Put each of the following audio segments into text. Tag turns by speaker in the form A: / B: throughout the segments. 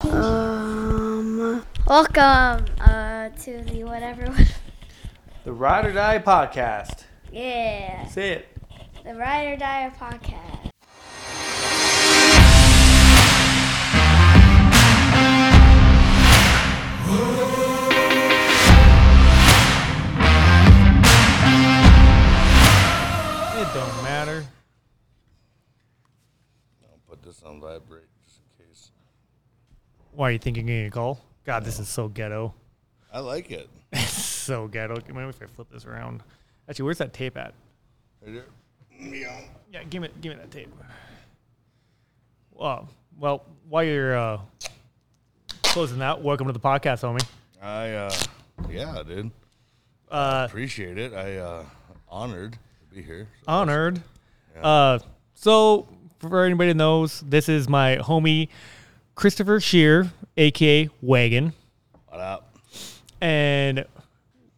A: Um, Welcome uh, to the whatever.
B: The Ride or Die podcast.
A: yeah,
B: Say it.
A: the Ride or Die podcast.
B: It don't matter.
C: I'll put this on vibrate just in case.
D: Why are you thinking you're gonna call? God, this is so ghetto.
C: I like it.
D: so ghetto. Give me if I flip this around. Actually, where's that tape at?
C: Right here. Meow.
D: Yeah, give me give me that tape. Well, well, while you're uh, closing that, welcome to the podcast, homie.
C: I uh yeah, dude.
D: Uh,
C: Appreciate it. I uh honored to be here. So
D: honored. Uh, so for anybody that knows, this is my homie Christopher Shear, aka Wagon.
C: what up?
D: and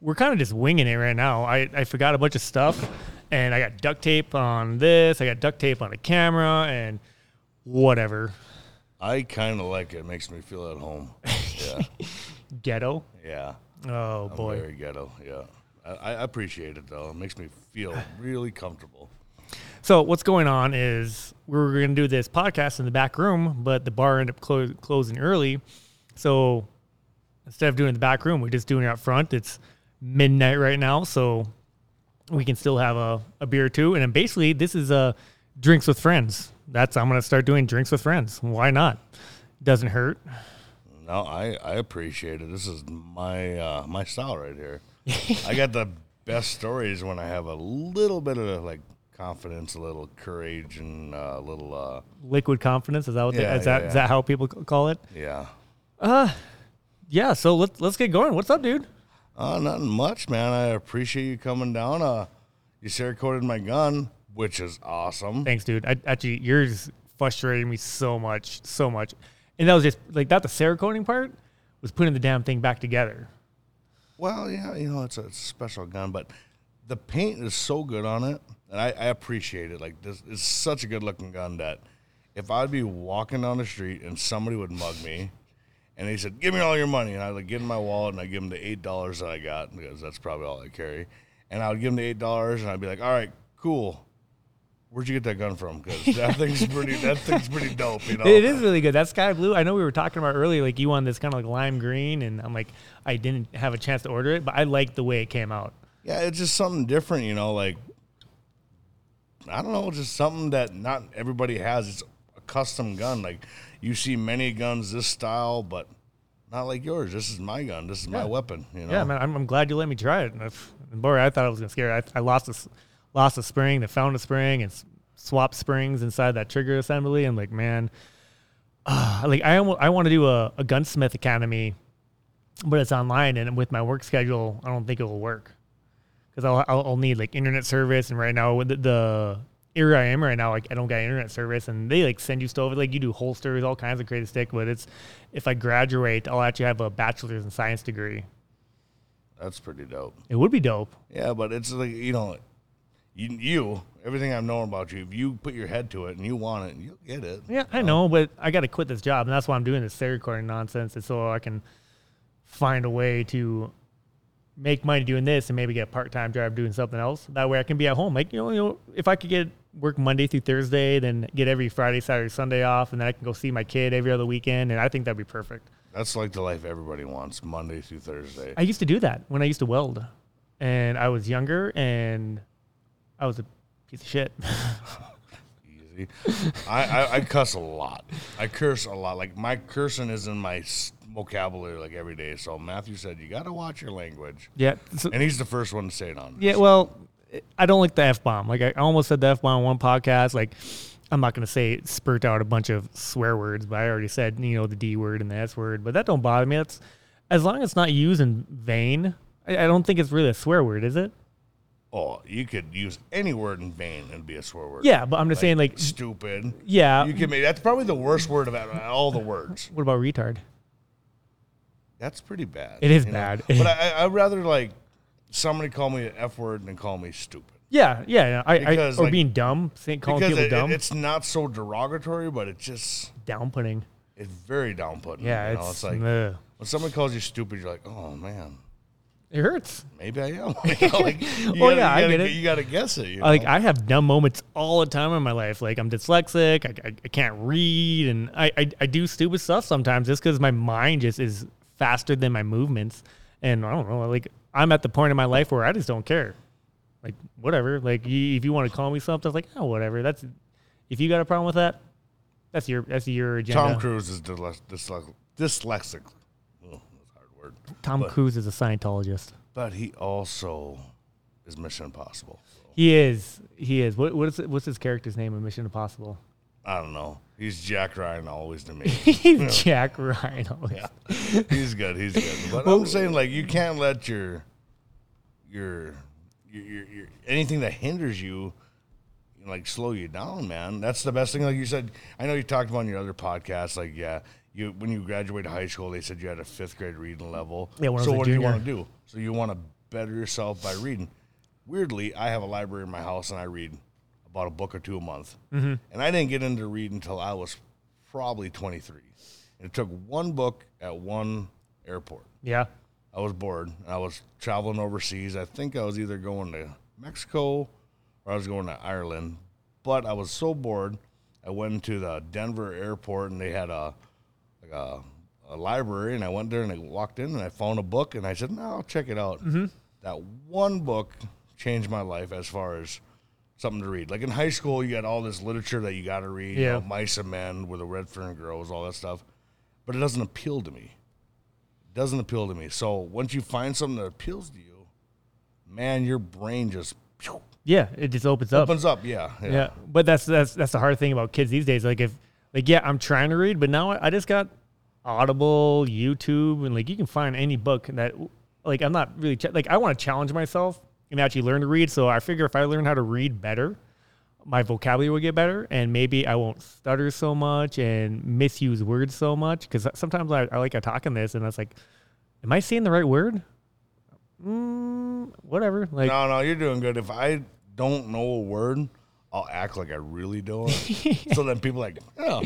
D: we're kind of just winging it right now. I, I forgot a bunch of stuff, and I got duct tape on this, I got duct tape on the camera, and whatever.
C: I kinda like it. Makes me feel at home. Yeah.
D: Ghetto.
C: yeah.
D: Oh,
C: I'm
D: boy.
C: very ghetto. Yeah. I, I appreciate it though. It makes me feel really comfortable.
D: So, what's going on is we were going to do this podcast in the back room, but the bar ended up clo- closing early. So, instead of doing it in the back room, we're just doing it out front. It's midnight right now, so we can still have a, a beer or two. And then basically, this is uh, drinks with friends. That's I'm gonna start doing drinks with friends. Why not? Doesn't hurt.
C: No, I, I appreciate it. This is my uh, my style right here. I got the best stories when I have a little bit of like confidence, a little courage, and uh, a little uh,
D: Liquid confidence is that what
C: Yeah,
D: they, is that
C: yeah,
D: is
C: yeah.
D: that how people c- call it?
C: yeah.
D: Yeah. So let's let's get going. What's up, dude?
C: Uh, nothing much, man. I appreciate you coming down. Uh, you Cerakoted my gun, which is awesome.
D: Thanks, dude. I, actually, yours frustrated me so much, so much. And that was just like not the Cerakoting part was putting the damn thing back together.
C: Well, yeah, you know, it's a, it's a special gun, but the paint is so good on it, and I, I appreciate it. Like this is such a good looking gun that if I'd be walking down the street and somebody would mug me, and they said, "Give me all your money," and I'd like, get in my wallet and I would give them the eight dollars that I got because that's probably all I carry, and I would give them the eight dollars and I'd be like, "All right, cool." Where'd you get that gun from? Because that thing's pretty. That thing's pretty dope. You know,
D: It is really good. That sky blue. I know we were talking about earlier, like you on this kind of like lime green, and I'm like, I didn't have a chance to order it, but I liked the way it came out.
C: Yeah, it's just something different, you know, like I don't know, just something that not everybody has. It's a custom gun. Like you see many guns this style, but not like yours. This is my gun. This is my weapon, you know.
D: Yeah, man, I'm, I'm glad you let me try it. And if- and boy, I thought I was gonna scare. it. I, I lost a s- lost a spring, then found a spring, and s- swapped springs inside that trigger assembly. And like, man, ah, like I almost, I want to do a, a gunsmith academy, but it's online, and with my work schedule, I don't think it will work because I'll, I'll I'll need like internet service. And right now, with the, the area I am right now, like I don't got internet service, and they like send you stuff like you do holsters, all kinds of creative stick. But it's if I graduate, I'll actually have a bachelor's in science degree.
C: That's pretty dope.
D: It would be dope.
C: Yeah, but it's like you know you, you everything I've known about you, if you put your head to it and you want it, you'll get it.
D: Yeah, I know, but I got to quit this job, and that's why I'm doing this stay recording nonsense, is so I can find a way to make money doing this and maybe get a part time job doing something else. That way, I can be at home. Like you know, you know, if I could get work Monday through Thursday, then get every Friday, Saturday, Sunday off, and then I can go see my kid every other weekend, and I think that'd be perfect.
C: That's like the life everybody wants, Monday through Thursday.
D: I used to do that when I used to weld, and I was younger, and I was a piece of shit.
C: easy. I, I, I cuss a lot. I curse a lot. Like my cursing is in my s- vocabulary like every day. So Matthew said you got to watch your language,
D: yeah, so-
C: and he's the first one to say it on.
D: Yeah, well, I don't like the f bomb. Like I almost said the f bomb on one podcast. Like I'm not gonna say spurt out a bunch of swear words, but I already said you know the d word and the s word, but that don't bother me. That's as long as it's not used in vain. I, I don't think it's really a swear word, is it?
C: Oh, you could use any word in vain and be a swear word.
D: Yeah, but I'm just saying like
C: Stupid.
D: yeah.
C: You can make that's probably the worst word of all the words.
D: what about retard?
C: That's pretty bad.
D: It is
C: you know?
D: bad.
C: But I, I- I'd rather like somebody call me an F word than call me stupid.
D: Yeah, yeah. yeah. I,
C: Because,
D: I or
C: like-
D: being dumb, saying calling
C: Because
D: people
C: it- it-
D: dumb,
C: it's not so derogatory, but it just
D: downputting.
C: it's very downputting.
D: Yeah,
C: you know?
D: it's,
C: like
D: ugh.
C: when somebody calls you stupid, you're like, oh man,
D: It hurts.
C: maybe I am. You know, like, you
D: Oh,
C: gotta-
D: yeah, I
C: you gotta,
D: get it.
C: You gotta guess it. you
D: Like
C: know?
D: I have dumb moments all the time in my life. Like I'm dyslexic. I, I, I can't read, and I, I I do stupid stuff sometimes just because my mind just is faster than my movements. And I don't know. Like I'm at the point in my life where I just don't care. Like whatever. Like you, if you want to call me something, like oh whatever. That's if you got a problem with that, that's your that's your agenda.
C: Tom Cruise is dyslex- dyslex- dyslexic. Oh, that's a hard word.
D: Tom Cruise is a Scientologist.
C: But he also is Mission Impossible.
D: He is. He is. What what is it, what's his character's name in Mission Impossible?
C: I don't know. He's Jack Ryan always to me.
D: He's Jack Ryan.
C: he's good. He's good. But I'm saying like you can't let your your your, your, your anything that hinders you like slow you down, man. That's the best thing. Like you said, I know you talked about in your other podcast. Like yeah, you when you graduated high school, they said you had a fifth grade reading level.
D: Yeah, when I
C: so
D: was a
C: what do you
D: junior.
C: want to do? So you want to better yourself by reading. Weirdly, I have a library in my house and I read about a book or two a month. Mm-hmm. And I didn't get into reading until I was probably 23. And it took one book at one airport.
D: Yeah.
C: I was bored. I was traveling overseas. I think I was either going to Mexico or I was going to Ireland. But I was so bored, I went to the Denver airport and they had a like a, a library, and I went there and I walked in and I found a book and I said, "No, I'll check it out." That one book changed my life as far as something to read. Like in high school, you got all this literature that you got to read.
D: Yeah.
C: You know, Mice and Men, Where the Red Fern Grows, all that stuff. But it doesn't appeal to me doesn't appeal to me. So once you find something that appeals to you, man, your brain just phew,
D: Yeah. It just opens up.
C: opens up. Yeah, yeah.
D: yeah. But that's that's that's the hard thing about kids these days. Like if like yeah, I'm trying to read, but now I, I just got Audible, YouTube, and like you can find any book that like I'm not really ch- like I want to challenge myself and actually learn to read. So I figure if I learn how to read better, my vocabulary will get better, and maybe I won't stutter so much and misuse words so much. Because sometimes I, I like I talk in this, and I was like, am I saying the right word? Mm, whatever. Like
C: No, no, you're doing good. If I don't know a word, I'll act like I really don't. so then people are like, oh,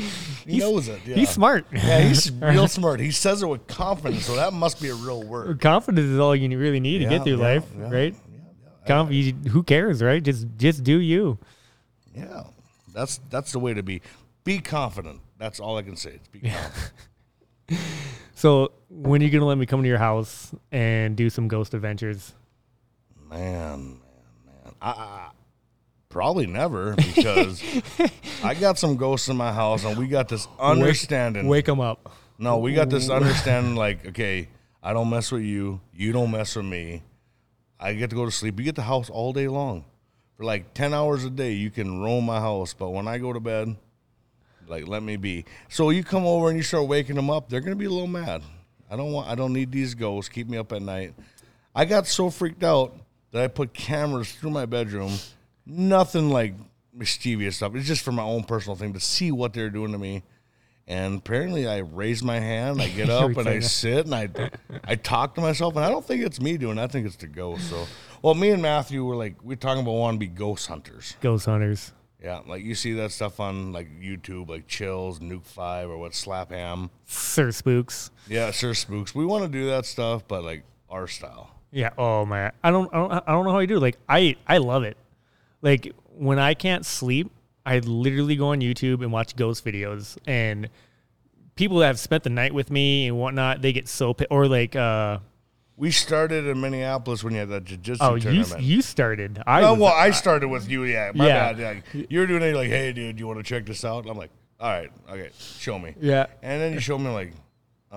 C: he knows it. Yeah.
D: he's smart.
C: Yeah, he's real smart. He says it with confidence, so that must be a real word.
D: confidence is all you really need to
C: Yeah,
D: get through
C: yeah,
D: life,
C: yeah,
D: right?
C: Yeah,
D: Conf- you, who cares, right? Just just do you.
C: yeah, yeah. That's that's the way to be. Be confident. That's all I can say. It's be confident.
D: So when are you gonna let me come to your house and do some ghost adventures?
C: Man, man, man. I, I probably never because I got some ghosts in my house, and we got this understanding.
D: Wake them up.
C: No, we got this understanding. Like, okay, I don't mess with you. You don't mess with me. I get to go to sleep. You get the house all day long for like ten hours a day. You can roam my house, but when I go to bed, like, let me be. So you come over and you start waking them up. They're gonna be a little mad. I don't want. I don't need these ghosts. Keep me up at night. I got so freaked out that I put cameras through my bedroom. Nothing like mischievous stuff. It's just for my own personal thing to see what they're doing to me. And apparently, I raise my hand, I get up, and I
D: Everything.
C: sit, and I, I talk to myself. And I don't think it's me doing. it. I think it's the ghost. So, well, me and Matthew were like, we're talking about wanting to be ghost hunters.
D: Ghost hunters.
C: Yeah, like you see that stuff on like YouTube, like Chills, Nuke Five, or what Slap Ham.
D: Sir spooks.
C: Yeah, sure spooks. We want to do that stuff, but like our style.
D: Yeah. Oh man. I don't. I don't. I don't know how you do. it. Like I. I love it. Like when I can't sleep, I literally go on YouTube and watch ghost videos. And people that have spent the night with me and whatnot, they get so pissed. Or like, uh,
C: We started in Minneapolis when you had that jiu-jitsu
D: oh, you
C: tournament.
D: you started. I.
C: oh,
D: was- uh,
C: well, I started with you. Yeah, my
D: Yeah.
C: bad. Yeah. You were doing it like, hey, dude, you want to check this out? And I'm like, all right, okay, show me.
D: Yeah.
C: And then you show me like, uh-uh.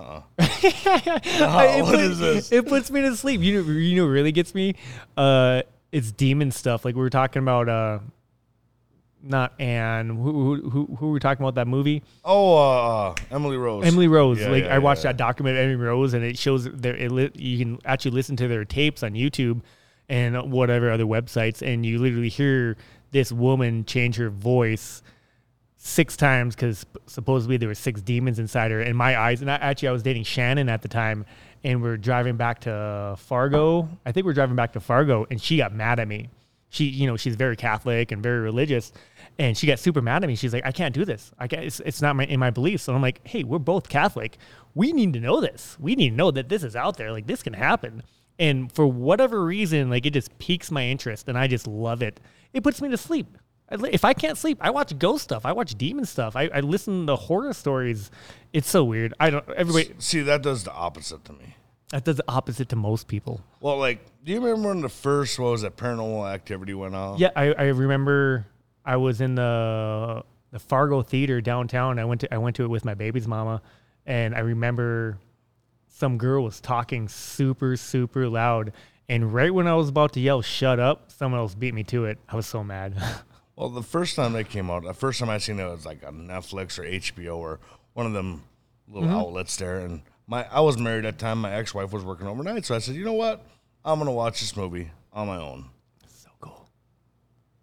C: Uh-huh,
D: I- it
C: Oh, what
D: put-
C: is this?
D: It puts me to sleep. You know, you know, what really gets me. Uh, it's demon stuff. Like we were talking about, uh, not Anne. Who who who, who were we talking about that movie?
C: oh, uh, Emily Rose.
D: Emily Rose.
C: Yeah,
D: like
C: yeah,
D: I watched
C: yeah.
D: that document, Emily Rose, and it shows their. It li- you can actually listen to their tapes on YouTube and whatever other websites, and you literally hear this woman change her voice six times because supposedly there were six demons inside her. In my eyes, and I, actually I was dating Shannon at the time, and we're driving back to Fargo. I think we're driving back to Fargo, and she got mad at me she, you know, she's very Catholic and very religious, and she got super mad at me. She's like, "I can't do this. I can't, it's, it's not my in my beliefs." And I'm like, "Hey, we're both Catholic. We need to know this. We need to know that this is out there. Like this can happen." And for whatever reason, like it just piques my interest, and I just love it. It puts me to sleep. I li- If I can't sleep, I watch ghost stuff. I watch demon stuff. I, I listen to horror stories. It's so weird. I don't. Everybody
C: See, that does the opposite to me.
D: that does the opposite to most people.
C: Well, like, do you remember when the first what was that paranormal activity went on?
D: Yeah, I, I remember I was in the the Fargo Theater downtown. I went to I went to it with my baby's mama, and I remember some girl was talking super super loud. And right when I was about to yell "shut up," someone else beat me to it. I was so mad.
C: Well, the first time they came out, the first time I seen it was like on Netflix or HBO or one of them little outlets there. And my I was married at the time. My ex wife was working overnight, so I said, you know what? I'm gonna watch this movie on my own
D: so cool.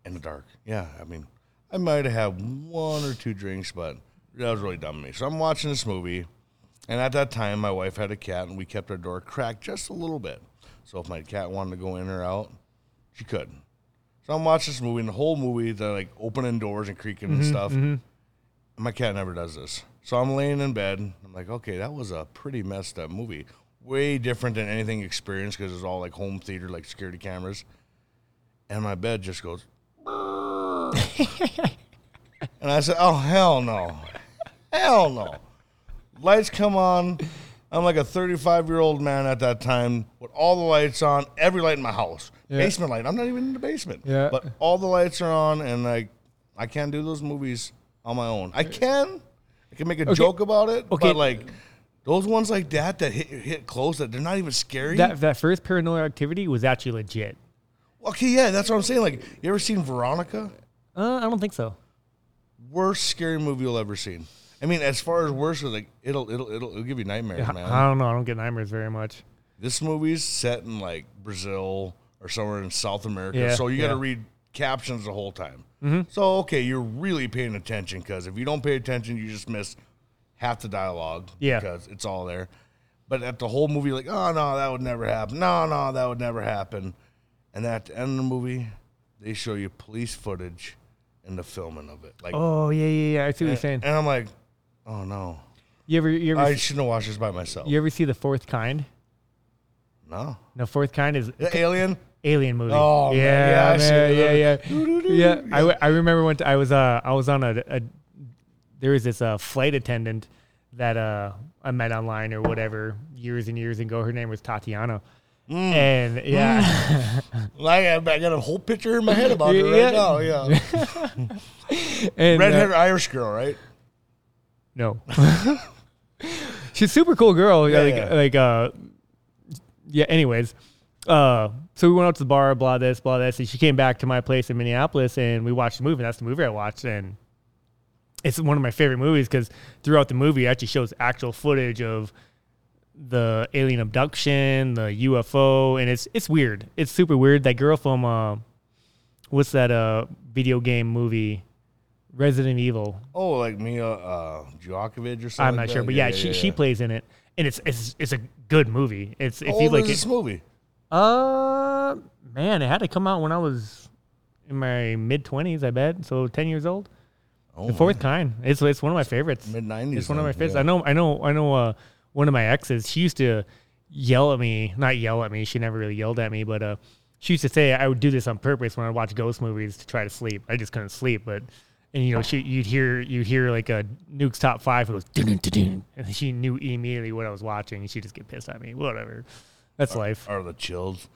C: in the dark. Yeah, I mean, I might have had one or two drinks, but that was really dumb of me. So I'm watching this movie, and at that time, my wife had a cat, and we kept our door cracked just a little bit. So if my cat wanted to go in or out, she could. So I'm watching this movie, and the whole movie, they're like opening doors and creaking and stuff. My cat never does this. So I'm laying in bed. I'm like, okay, that was a pretty messed up movie. Way different than anything experienced because it was all like home theater, like security cameras. And my bed just goes, and I said, "Oh hell no, hell no!" Lights come on. I'm like a 35 year old man at that time with all the lights on, every light in my house, basement light. I'm not even in the basement,
B: Yeah.
C: but all the lights are on, and like I can't do those movies on my own. I can, I can make a joke about it,
D: Okay.
C: but like those ones like that that hit hit close that they're not even scary.
D: That that first paranormal activity was actually legit.
C: okay, yeah, that's what I'm saying. Like, you ever seen Veronica?
D: Uh, I don't think so.
C: worst scary movie you'll ever seen. I mean, as far as worst, like it'll it'll it'll, it'll give you nightmares,
D: I,
C: man.
D: I don't know. I don't get nightmares very much.
C: this movie's set in like Brazil or somewhere in South America,
D: Yeah,
C: so you got to
D: yeah. Mm-hmm.
C: read captions the whole time. So okay, you're really paying attention because if you don't pay attention, you just miss half the dialogue.
D: Yeah.
C: because it's all there. But at the whole movie, like, oh no, that would never happen. No, no, that would never happen. And at the end of the movie, they show you police footage and the filming of it. Like,
D: Oh yeah yeah yeah. I see what you're saying.
C: and I'm like, oh no.
D: You ever you ever
C: I shouldn't have watched this by myself.
D: you ever see the fourth kind?
C: no.
D: No, fourth kind is
C: The alien?
D: Alien movie.
C: Oh, man. Yeah,
D: yeah,
C: I see
D: Uh, man,
C: it.
D: yeah, yeah, yeah. I, w- I remember when I was uh I was on a, a there was this uh flight attendant that uh I met online or whatever years and years ago. Her name was Tatiana, Mm. and yeah,
C: Like, I I got a whole picture in my head about it right
D: Yeah.
C: now. Yeah.
D: and uh,
C: Redheaded Irish girl, right?
D: No. She's a super cool girl. Yeah,
C: Yeah,
D: like
C: yeah.
D: like uh yeah, anyways. Uh so we went out to the bar, blah this, blah this, and she came back to my place in Minneapolis and we watched the movie. That's the movie I watched and it's one of my favorite movies because throughout the movie it actually shows actual footage of the alien abduction, the UFO, and it's it's weird. It's super weird. That girl from uh what's that uh video game movie? Resident Evil.
C: Oh, like Mia uh, Djokovic or something.
D: I'm
C: like
D: not
C: that?
D: sure, but yeah, she she plays in it, and it's it's it's a good movie. It's if
C: How
D: you
C: old
D: like
C: is Oh, this
D: it.
C: movie?
D: Uh, man, it had to come out when I was in my mid twenties, I bet. So ten years old.
C: Oh,
D: the fourth kind. It's it's one of my favorites.
C: Mid 90s.
D: It's one of my favorites. I know I know I know. Uh, one of my exes, she used to yell at me, not yell at me. She never really yelled at me, but uh, she used to say I would do this on purpose when I watch ghost movies to try to sleep. I just couldn't sleep, but. And you know, she you'd hear you'd hear like a Nuke's top five. It goes, dun-dun-dun-dun, and she knew immediately what I was watching, and she just get pissed at me. Whatever, that's life.
C: Are the chills.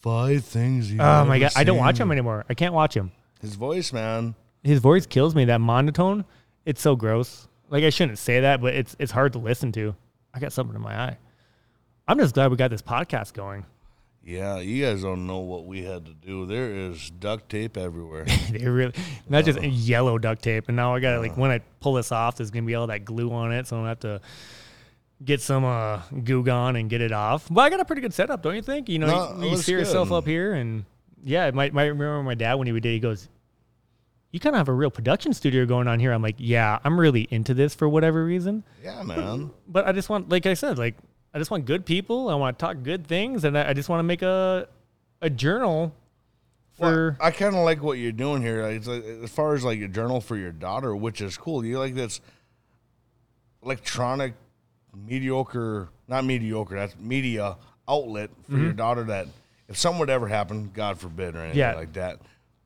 C: Five things you
D: Oh my god, I don't watch him anymore. I can't watch him.
C: His voice, man.
D: his voice kills me. That monotone, it's so gross. Like I shouldn't say that, but it's it's hard to listen to. I got something in my eye. I'm just glad we got this podcast going.
C: Yeah, you guys don't know what we had to do. There is duct tape everywhere.
D: they really not just yellow duct tape, and now I got to like when I pull this off, there's gonna be all that glue on it, so I'm gonna have to get some uh, goo gone and get it off. But I got a pretty good setup, don't you think? You know,
C: No,
D: you-
C: it
D: you,
C: looks
D: see yourself
C: good.
D: up here, and yeah, my my remember my dad when he would did, he goes. You kind of have a real production studio going on here. I'm like, yeah, I'm really into this for whatever reason.
C: yeah, man.
D: but I just want, like I said, like I just want good people. I want to talk good things, and I, I just want to make a a journal for
C: I kind of like what you're doing here. Like, It's like, as far as like your journal for your daughter, which is cool. You like this electronic, mediocre, not mediocre, that's media outlet for your daughter that if something would ever happen, God forbid, or anything
D: Mm-hmm. Yeah.
C: like that.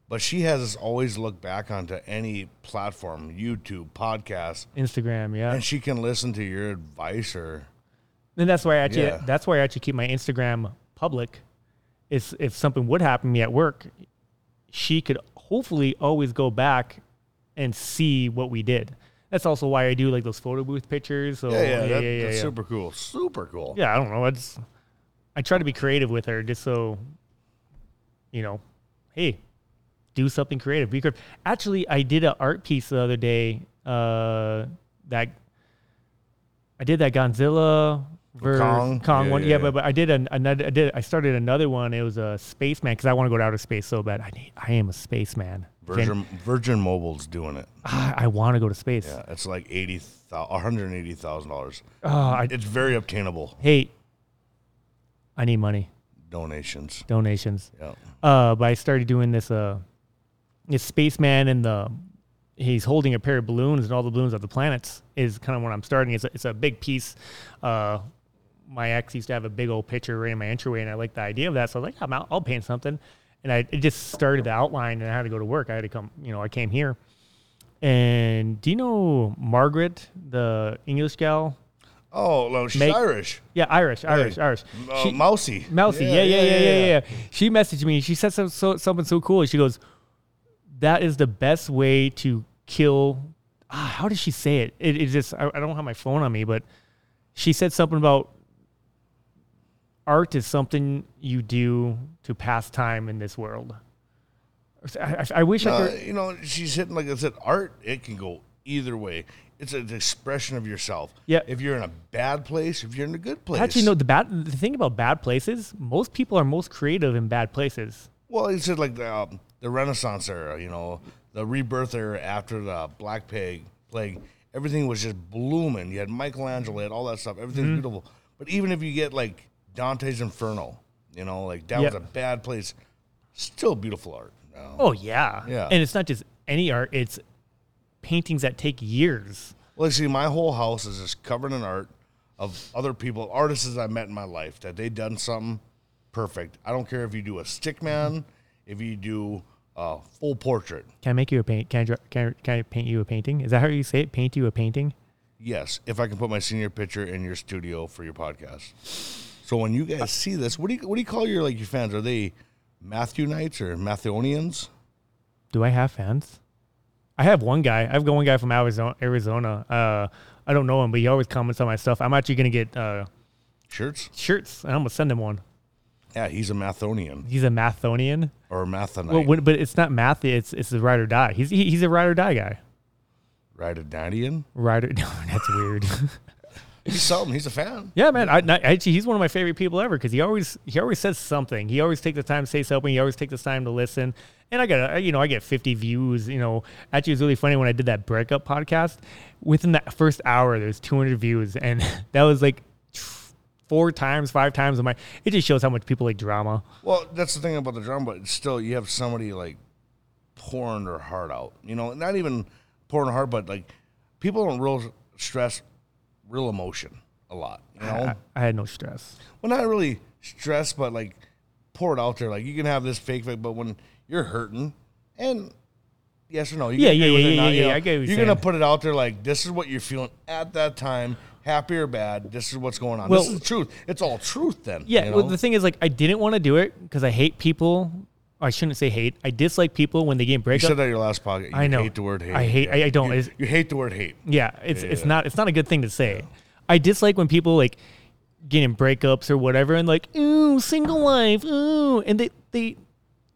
C: But she has us always look back onto any platform, YouTube, podcast,
D: Instagram. Yeah,
C: and she can listen to your advice or
D: And that's why I actually
C: Yeah.
D: that's why I actually keep my Instagram public. Is if something would happen to me at work, she could hopefully always go back and see what we did. That's also why I do like those photo booth pictures. So
C: yeah, yeah, that-
D: yeah,
C: that's
D: yeah.
C: super cool, super cool.
D: Yeah, I don't know. I just I try to be creative with her just so you know, hey, do something creative. Be creative. Actually, I did an art piece the other day. Uh, that I did that Godzilla versus
C: Kong?
D: Kong,
C: Yeah,
D: one.
C: yeah,
D: Yeah,
C: yeah.
D: but, but I did an, another. I did. I started another one. It was a spaceman because I want to go to outer space so bad. I need. I am a spaceman. Gen-
C: Virgin Virgin Mobile's doing it.
D: Ah, I want to go to space.
C: Yeah, it's like eighty, hundred eighty thousand dollars.
D: Oh, I,
C: It's very obtainable.
D: hey, I need money,
C: Donations.
D: donations.
C: Yeah.
D: uh, but I started doing this uh, this spaceman and the he's holding a pair of balloons and all the balloons of the planets is kind of what I'm starting. It's a, it's a big piece. Uh, my ex used to have a big old picture right in my entryway, and I liked the idea of that, so I was like, I'm out, I'll paint something. And I it just started the outline, and I had to go to work. I had to come, you know, I came here. And do you know Margaret, the English gal?
C: Oh, no, she's
D: Make-
C: Irish.
D: Yeah, Irish, Irish, Irish.
C: Uh,
D: She-
C: Mousy.
D: Mousy. Yeah, yeah, yeah, yeah, yeah. She messaged me. She said some, so, something so cool. She goes, "That is the best way to kill." Ah, how did she say it? It, it just I, I don't have my phone on me, but she said something about art is something you do to pass time in this world. I, I, I wish I
C: No,
D: could.
C: Uh, you know, she's hitting, like I said, art, it can go either way. It's an expression of yourself.
D: Yeah.
C: If you're in a bad place, if you're in a good place.
D: Actually, no. The bad the thing about bad places, most people are most creative in bad places.
C: Well, it's just like the, um, the Renaissance era, you know, the rebirth era after the Black Plague. plague. Everything was just blooming. You had Michelangelo, you had all that stuff. Everything's beautiful. But even if you get like Dante's Inferno, you know, like that was
D: Yeah.
C: a bad place, still beautiful art. you know?
D: Oh yeah,
C: Yeah.
D: And it's not just any art; it's paintings that take years.
C: Well, see, my whole house is just covered in art of other people, artists I met in my life that they done something perfect. I don't care if you do a stick man, if you do a full portrait.
D: Can I make you a paint? Can I, draw, can I, can I paint you a painting? Is that how you say it? Paint you a painting?
C: Yes, if I can put my senior picture in your studio for your podcast. So when you guys see this, what do you what do you call your like your fans? Are they Matthewites or Matthewonians?
D: Do I have fans? I have one guy. I've got one guy from Arizona. Arizona. Uh, I don't know him, but he always comments on my stuff. I'm actually gonna get uh,
C: Shirts?
D: shirts, and I'm gonna send him one.
C: Yeah, he's a Mathonian
D: He's a Mathonian.
C: or a Mathonite.
D: Well, when, but it's not math. It's it's the ride or die. He's he, he's a ride or die guy.
C: right, a Danian?
D: Ride or no, that's weird.
C: He's something. He's a fan.
D: Yeah, man. I, not, actually, he's one of my favorite people ever because he always he always says something. He always takes the time to say something. He always takes the time to listen. And I got you know I get fifty views. You know, actually, it was really funny when I did that breakup podcast. Within that first hour, there's two hundred views, and that was like tr- four times, five times. of my it just shows how much people like drama.
C: Well, that's the thing about the drum, but still, you have somebody like pouring their heart out. You know, not even pouring their heart, but like people don't real stress real emotion a lot. You know,
D: I, I had no stress.
C: well, not really stress, but like pour it out there. Like you can have this fake fake, but when you're hurting, and yes or no, you
D: Yeah,
C: can
D: yeah,
C: agree with
D: yeah,
C: it, not,
D: yeah,
C: you
D: yeah,
C: know,
D: I get what you're
C: You're gonna
D: saying.
C: put it out there like this is what you're feeling at that time, happy or bad. This is what's going on. this
D: Well-
C: is the truth. It's all truth. Then
D: Yeah.
C: you
D: Well,
C: know?
D: the thing is, like, I didn't want to do it because I hate people. I shouldn't say hate. I dislike people when they get in
C: You
D: breakup.
C: said that in your last pocket. You
D: I know.
C: Hate the word hate.
D: I hate- I- I don't.
C: You,
D: It's-
C: you hate the word hate.
D: Yeah, it's it's not it's not a good thing to say. I dislike when people like get in breakups or whatever and like, ooh, single life, ooh, and they they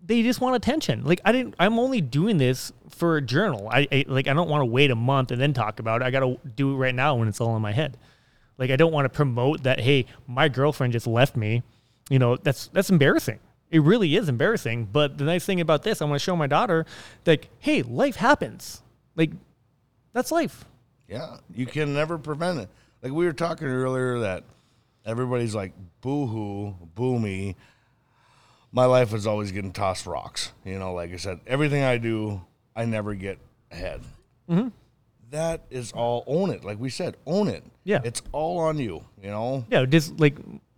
D: they just want attention. Like I didn't I'm only doing this for a journal. I, I like I don't want to wait a month and then talk about it. I got to do it right now when it's all in my head. Like I don't want to promote that hey, my girlfriend just left me. You know, that's that's embarrassing. It really is embarrassing, but the nice thing about this, I want to show my daughter like, hey, life happens. Like that's life.
C: Yeah, you can never prevent it. Like we were talking earlier that everybody's like boo hoo, boo me. my life is always getting tossed rocks. You know, like I said, everything I do, I never get ahead. That is all. Own it, like we said, own it.
D: Yeah.
C: it's all on you. You know,
D: Yeah, just like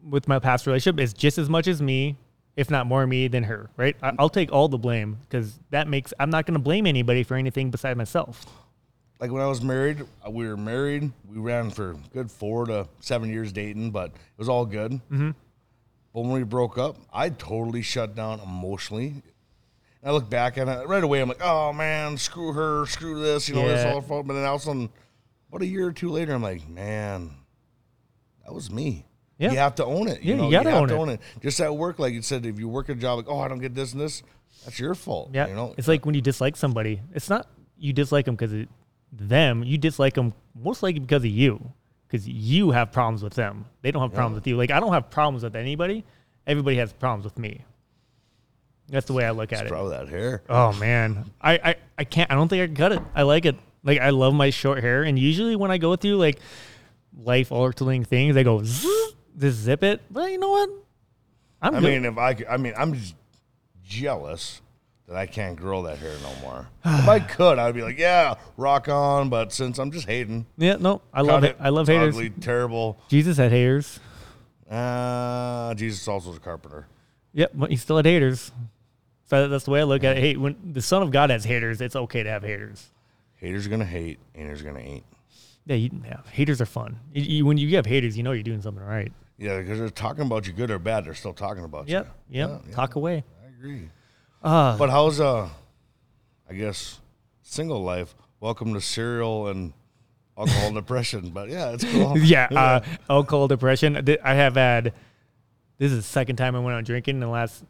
D: with my past relationship, it's just as much as me, if not more me than her, right? I, I'll take all the blame because that makes, I'm not going to blame anybody for anything beside myself.
C: like when I was married, uh, we were married. We ran for good four to seven years dating, but it was all good. Mm-hmm. But when we broke up, I totally shut down emotionally. And I look back and I, right away, I'm like, oh man, screw her, screw this, you know, it's
D: Yeah.
C: all her fault. But then also, about a year or two later, I'm like, man, that was me.
D: Yeah.
C: You have to own it. You
D: Yeah,
C: know,
D: you gotta
C: have
D: own
C: to
D: it.
C: own it. Just at work, like you said, if you work a job, like, oh, I don't get this and this, that's your fault.
D: Yeah.
C: You know,
D: It's like when you dislike somebody, it's not you dislike them because it them, you dislike them most likely because of you, because you have problems with them. They don't have problems with you. Like I don't have problems with anybody. Everybody has problems with me. That's the way I look at it.
C: probably that hair.
D: Oh man, I, I I can't. I don't think I can cut it. I like it. Like I love my short hair, and usually when I go through like life altering things, I go zzz, just zip it. But you know what? I'm
C: I
D: good.
C: mean, if I could, I mean, I'm just jealous that I can't grow that hair no more. if I could, I'd be like, yeah, rock on. But since I'm just hating,
D: yeah, no, I love
C: cut
D: it. I love haters.
C: Ugly, terrible.
D: Jesus had haters.
C: Uh, Jesus also was a carpenter.
D: Yep, but he's still had haters. So that's the way I look at it. Hey, when the Son of God has haters, it's okay to have haters.
C: Haters are gonna hate, haters are gonna ain't.
D: Yeah, you, yeah haters are fun. You- you- when you have haters, you know you're doing something right.
C: Yeah, because they're talking about you, good or bad. They're still talking about
D: Yep, Ah. yep. Talk away.
C: you. I agree. but how's uh, I guess single life? Welcome to cereal and alcohol and depression. But yeah, it's cool.
D: Yeah, uh, alcohol depression. Th- I have had. This is the second time I went out drinking in the last,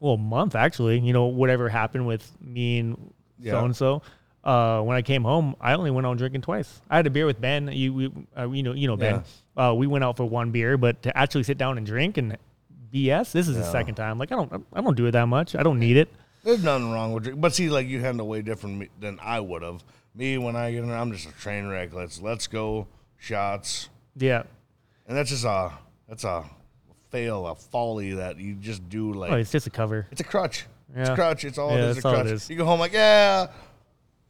D: well, month actually. You know, whatever happened with me and
C: Yeah.
D: so and so. Uh, when I came home, I only went out drinking twice. I had a beer with Ben. You, we, uh, you know, you know Ben. Uh, we went out for one beer, but to actually sit down and drink and BS, this is the second time. Like I don't, I don't do it that much. I don't need it.
C: There's nothing wrong with drink, but see, like you handle way different me- than I would have. Me, when I get in, I'm just a train wreck. Let's let's go shots,
D: Yeah,
C: and that's just a that's a fail, a folly that you just do. Like
D: oh, it's just a cover.
C: it's a crutch. It's a
D: Yeah.
C: crutch. It's all
D: Yeah,
C: it is.
D: that's
C: a
D: all it
C: crutch.
D: is.
C: You go home like, yeah,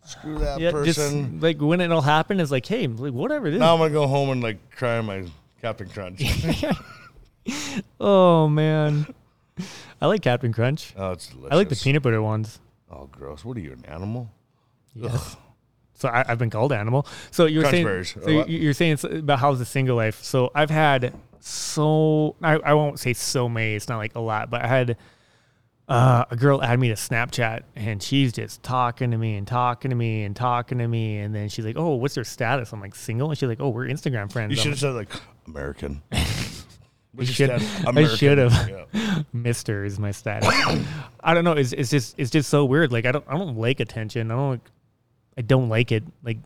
C: screw that
D: Yeah,
C: person.
D: just like when it'll happen, it's like, hey, like whatever. This
C: now I'm gonna go home and like cry my Captain Crunch.
D: Oh man, I like Captain Crunch.
C: oh, it's delicious.
D: I like the peanut butter ones.
C: Oh, gross. What are you, an animal?
D: Yes. So I, I've been called animal. So you're
C: Crunch
D: saying
C: berries.
D: so
C: Oh,
D: you-
C: what?
D: you're saying it's about how's the single life. So I've had so I, I won't say so many. It's not like a lot, but I had uh, a girl add me to Snapchat and she's just talking to me and talking to me and talking to me and then she's like, oh, what's your status? I'm like single and she's like, oh, we're Instagram friends.
C: You
D: I'm
C: should have said like American. But you
D: should-
C: said
D: I
C: American.
D: should've.
C: Yeah.
D: Mister is my status. I don't know. It's, it's just it's just so weird. Like I don't I don't like attention. I don't I don't like it. Like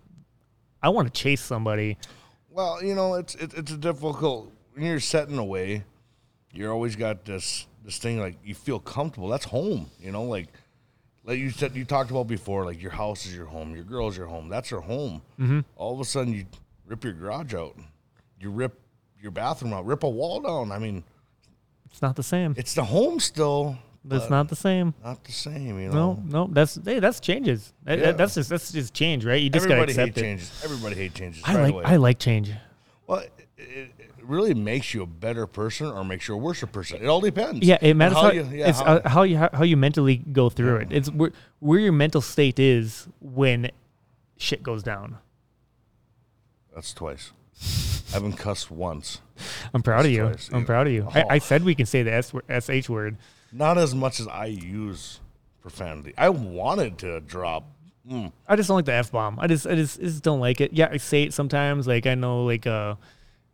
D: I want to chase somebody.
C: Well, you know, it's it, it's a difficult when you're setting away. You're always got this this thing like you feel comfortable. That's home, you know. Like like you said, you talked about before. Like your house is your home, your girl's your home. That's your home. Mm-hmm. All of a sudden, you rip your garage out, you rip your bathroom out, rip a wall down. I mean,
D: It's not the same.
C: it's the home still,
D: It's not the same.
C: not the same. You know,
D: No, no. That's hey, that's changes. That- that-
C: Yeah.
D: that's just that's just change, right? You just
C: everybody
D: gotta
C: hate
D: accept it.
C: changes. Everybody hate changes.
D: I
C: right
D: like
C: away.
D: I like change.
C: Well, it, it it really makes you a better person or makes you a worse person. It all depends.
D: Yeah, it
C: on
D: matters
C: how
D: how,
C: you- yeah,
D: it's
C: how-
D: uh, how you how, you mentally go through it. It's where where your mental state is when shit goes down.
C: That's twice. I haven't cussed once.
D: I'm proud of you.
C: twice,
D: I'm
C: yeah.
D: proud of you. I,
C: Oh.
D: I said we can say the S wor- SH word.
C: Not as much as I use profanity. I wanted to drop. Mm.
D: I just don't like the f bomb. I just, I just, I just don't like it. Yeah, I say it sometimes. Like I know, like uh,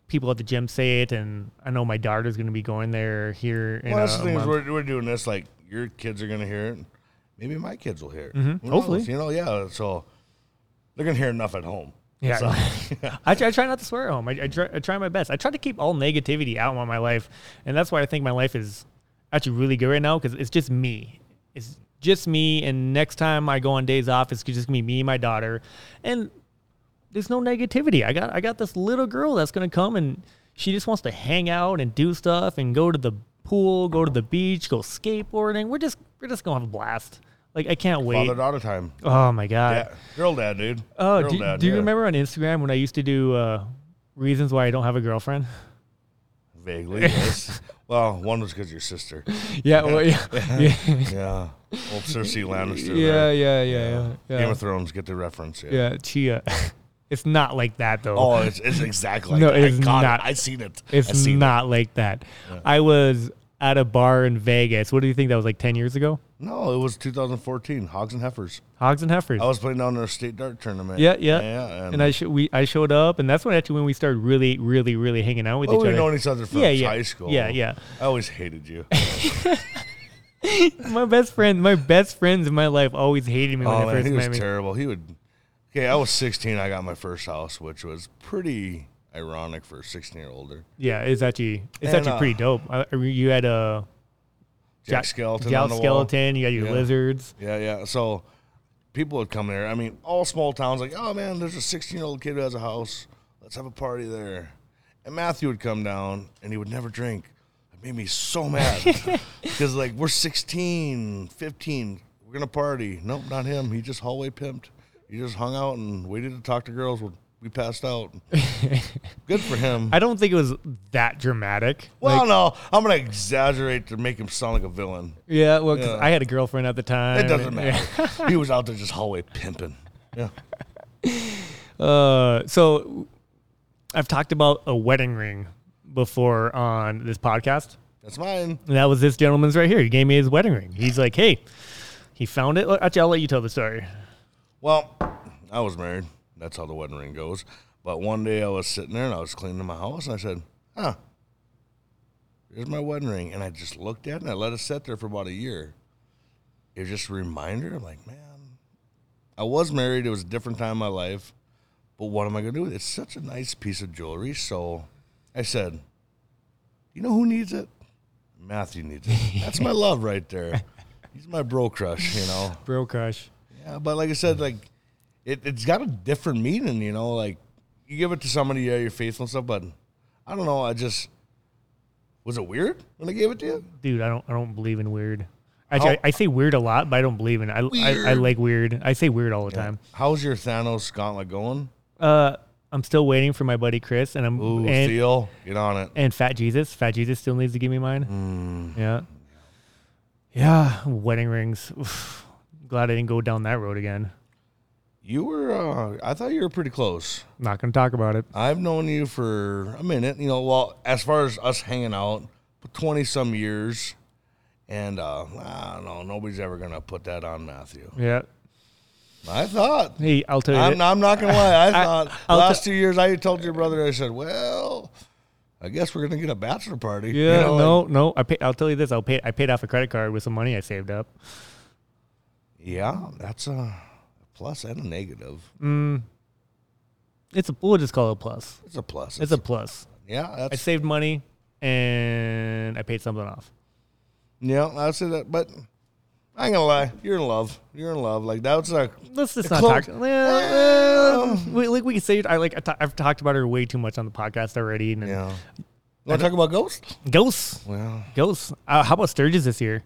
D: people at the gym say it, and I know my daughter's gonna be going there here. In
C: Well, that's
D: a
C: the thing is
D: month.
C: we're, we're doing this. Like your kids are gonna hear it. Maybe my kids will hear it. Who
D: Mm-hmm. Hopefully.
C: knows, you know. Yeah, so they're gonna hear enough at home.
D: Yeah,
C: So-
D: I, try, I try not to swear at home. I, I, try, I try my best. I try to keep all negativity out of my life, and that's why I think my life is actually really good right now because it's just me. It's just me, and next time I go on days off, it's just gonna be me and my daughter, and there's no negativity. I got I got this little girl that's gonna come and she just wants to hang out and do stuff and go to the pool, go to the beach, go skateboarding. We're just we're just gonna have a blast. Like I can't wait.
C: Father daughter time.
D: Oh my god.
C: Yeah, girl dad, dude.
D: Oh,
C: girl
D: do,
C: dad,
D: do you
C: yeah.
D: remember on Instagram when I used to do uh, reasons why I don't have a girlfriend?
C: Vaguely, yes. well, one was because your sister.
D: Yeah, well, yeah, yeah, yeah,
C: Yeah, old Cersei Lannister.
D: yeah, yeah,
C: there.
D: yeah, yeah.
C: Game of Thrones get the reference. Yeah.
D: yeah, Chia. it's not like that though.
C: Oh, it's, it's exactly like
D: No,
C: that.
D: it is
C: I got
D: not.
C: it. I seen it. I
D: It's
C: seen
D: not like that. I was at a bar in Vegas. What do you think that was like 10 years ago?
C: It. No, it was 2014. Hogs and heifers.
D: Hogs and Heifers.
C: I was playing down in a state dart tournament.
D: yeah, yeah.
C: yeah
D: and I sh- we I showed up and that's when actually when we started really really really hanging out with
C: Well,
D: each
C: we've
D: other.
C: Oh, known each other from
D: Yeah, yeah.
C: high school.
D: Yeah, yeah.
C: I always hated you.
D: my best friend, my best friends in my life always hated me when
C: oh
D: I
C: man,
D: first
C: he was
D: met me.
C: terrible. He would. Okay, I was 16. I got my first house, which was pretty ironic for a 16 year older.
D: Yeah, it's actually it's
C: And,
D: actually
C: uh,
D: pretty dope. I, I re- you had a
C: Jack
D: Jack-
C: skeleton.
D: Gal
C: on the wall.
D: skeleton. You got your
C: Yeah.
D: lizards.
C: Yeah, yeah. So people would come there. I mean, all small towns like, oh man, there's a 16 year old kid who has a house. Let's have a party there. And Matthew would come down, and he would never drink. It made me so mad because like we're 16, 15, we're gonna party. Nope, not him. He just hallway pimped. He just hung out and waited to talk to girls. when We passed out. Good for him.
D: I don't think it was that dramatic.
C: well,
D: Like,
C: no, I'm gonna exaggerate to make him sound like a villain.
D: yeah, well, 'cause
C: Yeah.
D: I had a girlfriend at the time.
C: It doesn't
D: and-
C: matter. he was out there just hallway pimping. Yeah.
D: Uh, so I've talked about a wedding ring before on this podcast.
C: That's mine.
D: And that was this gentleman's right here. He gave me his wedding ring. He's like, hey, he found it. Actually, I'll let you tell the story.
C: Well, I was married. That's how the wedding ring goes. But one day I was sitting there and I was cleaning my house and I said, huh, here's my wedding ring. And I just looked at it and I let it sit there for about a year. It was just a reminder. I'm like, man, I was married. It was a different time in my life. But what am I going to do with it? It's such a nice piece of jewelry. So I said, you know who needs it? Matthew needs it. That's my love right there. He's my bro crush, you know.
D: Bro crush.
C: Yeah, but like I said, like it, it's got a different meaning, you know. Like you give it to somebody, yeah, you're faithful and stuff, but I don't know. I just was it weird when I gave it to you?
D: Dude, I don't I don't believe in weird. Actually, I,
C: How-
D: I say weird a lot, but I don't believe in it. I, I, I
C: Weird.
D: like weird. I say weird all the time.
C: How's your Thanos gauntlet going?
D: Uh, I'm still waiting for my buddy Chris, and I'm
C: Ooh,
D: and,
C: Theo, get on it.
D: and Fat Jesus. Fat Jesus still needs to give me mine.
C: Mm.
D: Yeah, yeah. Wedding rings. Oof. Glad I didn't go down that road again.
C: You were, uh, I thought you were pretty close.
D: Not gonna talk about it.
C: I've known you for a minute, you know. Well, as far as us hanging out, twenty some years, and uh, I don't know. Nobody's ever gonna put that on Matthew.
D: Yeah.
C: I thought
D: Hey, I'll tell you.
C: I'm, I'm not gonna lie. I thought
D: I'll
C: last two years I told your brother. I said, "Well, I guess we're gonna get a bachelor party." You
D: Yeah,
C: know,
D: no,
C: like-
D: no. I pay, I'll tell you this. I'll pay. I paid off a credit card with some money I saved up.
C: yeah, that's a plus and a negative.
D: It's a. We'll just call it a plus.
C: It's a plus.
D: It's a plus.
C: yeah.
D: I
C: That's
D: saved money and I paid something off.
C: yeah. I say that, but I ain't gonna lie. You're in love. You're in love. Like that was a
D: Let's just
C: The
D: not
C: close-
D: talk. Well, we, like we can say, I like. I t- I've talked about her way too much on the podcast already. And
C: yeah. You want to talk about ghosts?
D: Ghosts,
C: Well,
D: ghosts. Uh, how about Sturgis this year?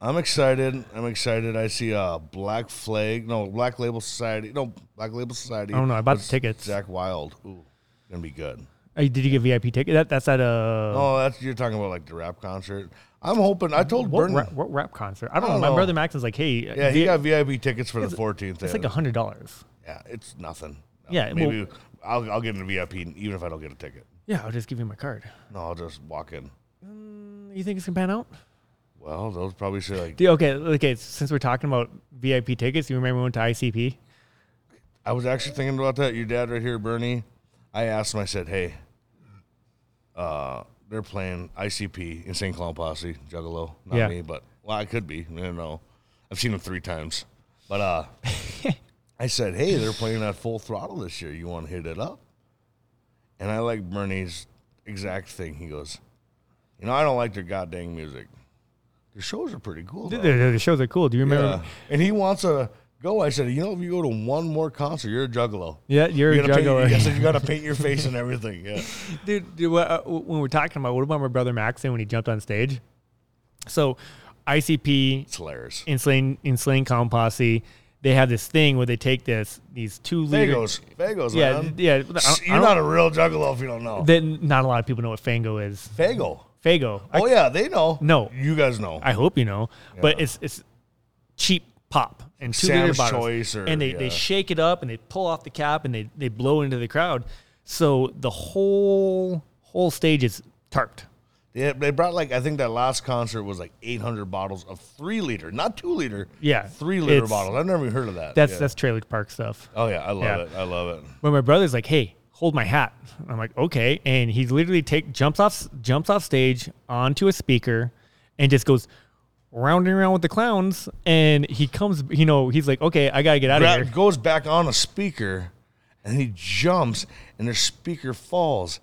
C: I'm excited. I'm excited. I see a Black Flag. No, Black Label Society. No, Black Label Society.
D: I don't know. I bought the
C: It's
D: tickets.
C: Zach Wild. Ooh, gonna be good.
D: Uh, did you get VIP ticket? That, that's at a
C: Oh, that's you're talking about like the rap concert. I'm hoping. I told
D: what,
C: Burton.
D: rap, what rap concert? I don't,
C: I don't
D: know. My
C: know.
D: brother Max is like, hey,
C: yeah, he
D: the-
C: got VIP tickets for the 14th.
D: it's like
C: and-
D: hundred dollars.
C: yeah, it's nothing. No,
D: Yeah,
C: maybe I'll I'll get in the VIP even if I don't get a ticket.
D: Yeah, I'll just give you my card.
C: No, I'll just walk in.
D: You think it's gonna pan out?
C: Well, those probably say like
D: Do- Okay, okay. Since we're talking about VIP tickets, you remember we went to ICP?
C: I was actually thinking about that. Your dad right here, Bernie. I asked him. I said, "Hey, uh, they're playing ICP in St. Clown Posse, Juggalo. Not
D: Yeah.
C: me, but well, I could be. I don't know. I've seen them three times, but uh, I said, "Hey, they're playing at full throttle this year. You want to hit it up?" And I like Bernie's exact thing. He goes, "You know, I don't like their goddamn music. Their shows are pretty cool.
D: The,
C: though."
D: the- the shows are cool. Do you remember?
C: Yeah. And he wants a Go. I said, you know, if you go to one more concert, you're a juggalo.
D: Yeah, you're,
C: You
D: a
C: gotta paint-
D: juggler.
C: I said, you got to paint your face and everything. Yeah.
D: dude, dude what, uh, when we're talking about what about my brother Max and when he jumped on stage? So, ICP
C: It's hilarious.
D: Insane Insane Clown Posse, they have this thing where they take this these two liters.
C: Fagos. Fagos,
D: Yeah,
C: man.
D: yeah. I don't- I
C: You're
D: don't-
C: not a real juggalo if you don't know.
D: Then not a lot of people know what Fango is.
C: Fago.
D: Fago. I,
C: Oh, yeah. They know.
D: No.
C: You guys know.
D: I hope you know, but
C: Yeah.
D: it's it's cheap pop and two
C: Sam's
D: liter bottles,
C: Choice or-
D: and they, they
C: yeah.
D: shake it up and they pull off the cap and they they blow into the crowd. So the whole whole stage is tarped.
C: Yeah, they brought like I think that last concert was like 800 bottles of three liter, not two liter.
D: Yeah,
C: three liter
D: it's-
C: bottles. I've never even heard of that.
D: That's
C: Yeah.
D: that's trailer park stuff.
C: Oh yeah, I love
D: Yeah.
C: it. I love it.
D: But my brother's like, "Hey, hold my hat." I'm like, "Okay," and he literally take jumps off jumps off stage onto a speaker, and just goes rounding around with the clowns. And he comes, you know, he's like, "Okay, I gotta get out of
C: Brad
D: here."
C: goes back on a speaker, and he jumps, and the speaker falls,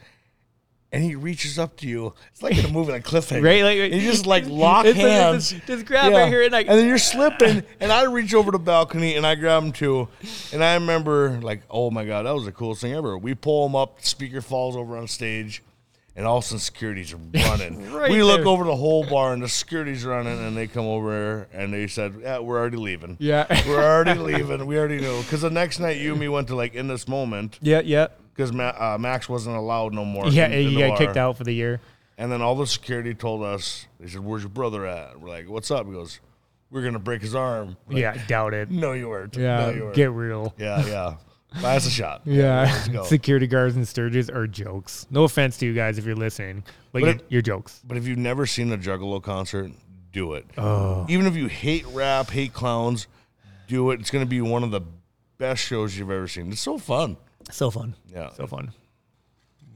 C: and he reaches up to you. It's like in a movie like Cliffhanger.
D: Right, like-
C: And you just like lock
D: It's like-
C: hands.
D: just- just grab right here and, like-
C: and then you're slipping, and I reach over the balcony and I grab him too. And I remember like, oh my god, that was the coolest thing ever. We pull him up, speaker falls over on stage. And all of a sudden, security's running.
D: Right
C: we look
D: there.
C: over the whole bar, and the security's running, and they come over and they said, "Yeah, we're already leaving."
D: Yeah.
C: We're already leaving. We already knew. Because the next night, you and me went to like in this moment
D: Yeah, yeah,
C: because Ma- uh, Max wasn't allowed no more.
D: yeah.
C: in- in
D: He
C: the
D: got
C: bar.
D: kicked out for the year.
C: And then all the security told us, they said, Where's your brother at? We're like, What's up? He goes, We're going to break his arm. Like,
D: yeah, doubt it.
C: No, you weren't.
D: Yeah,
C: No, you weren't.
D: get real.
C: yeah, yeah. Buy us a shot.
D: Yeah,
C: Let's go.
D: security guards and Sturges are jokes. No offense to you guys if you're listening, but,
C: But
D: you're,
C: it-
D: you're jokes.
C: But if you've never seen a Juggalo concert, do it.
D: Oh.
C: Even if you hate rap, hate clowns, do it. It's going to be one of the best shows you've ever seen. It's so fun.
D: So fun.
C: Yeah.
D: So fun.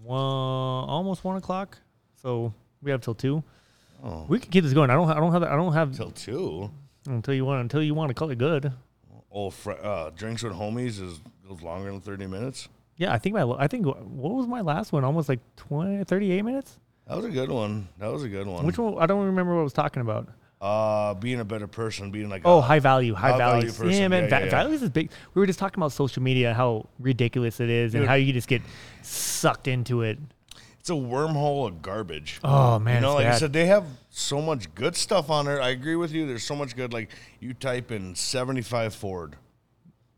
D: One, almost one o'clock. So we have till two. We can keep this going. I don't. I don't have. I don't have
C: Oh. Till two.
D: until you want. Until you want to call it good.
C: old fr- uh, drinks with homies is goes longer than 30 minutes.
D: Yeah, I think my. I think what was my last one? Almost like 20, 38 minutes.
C: That was a good one. That was a good one.
D: Which one? I don't remember what I was talking about.
C: Uh, being a better person, being like,
D: Oh,
C: a,
D: high value, high,
C: high value
D: values.
C: person.
D: Yeah, man,
C: Yeah, yeah,
D: va-
C: yeah.
D: values is big. We were just talking about social media, how ridiculous it is, and how you just get sucked into it.
C: it's a wormhole of garbage.
D: Oh man,
C: you know,
D: it's
C: like I
D: bad.
C: said, they have so much good stuff on there. I agree with you. There's so much good. Like you type in 75 Ford,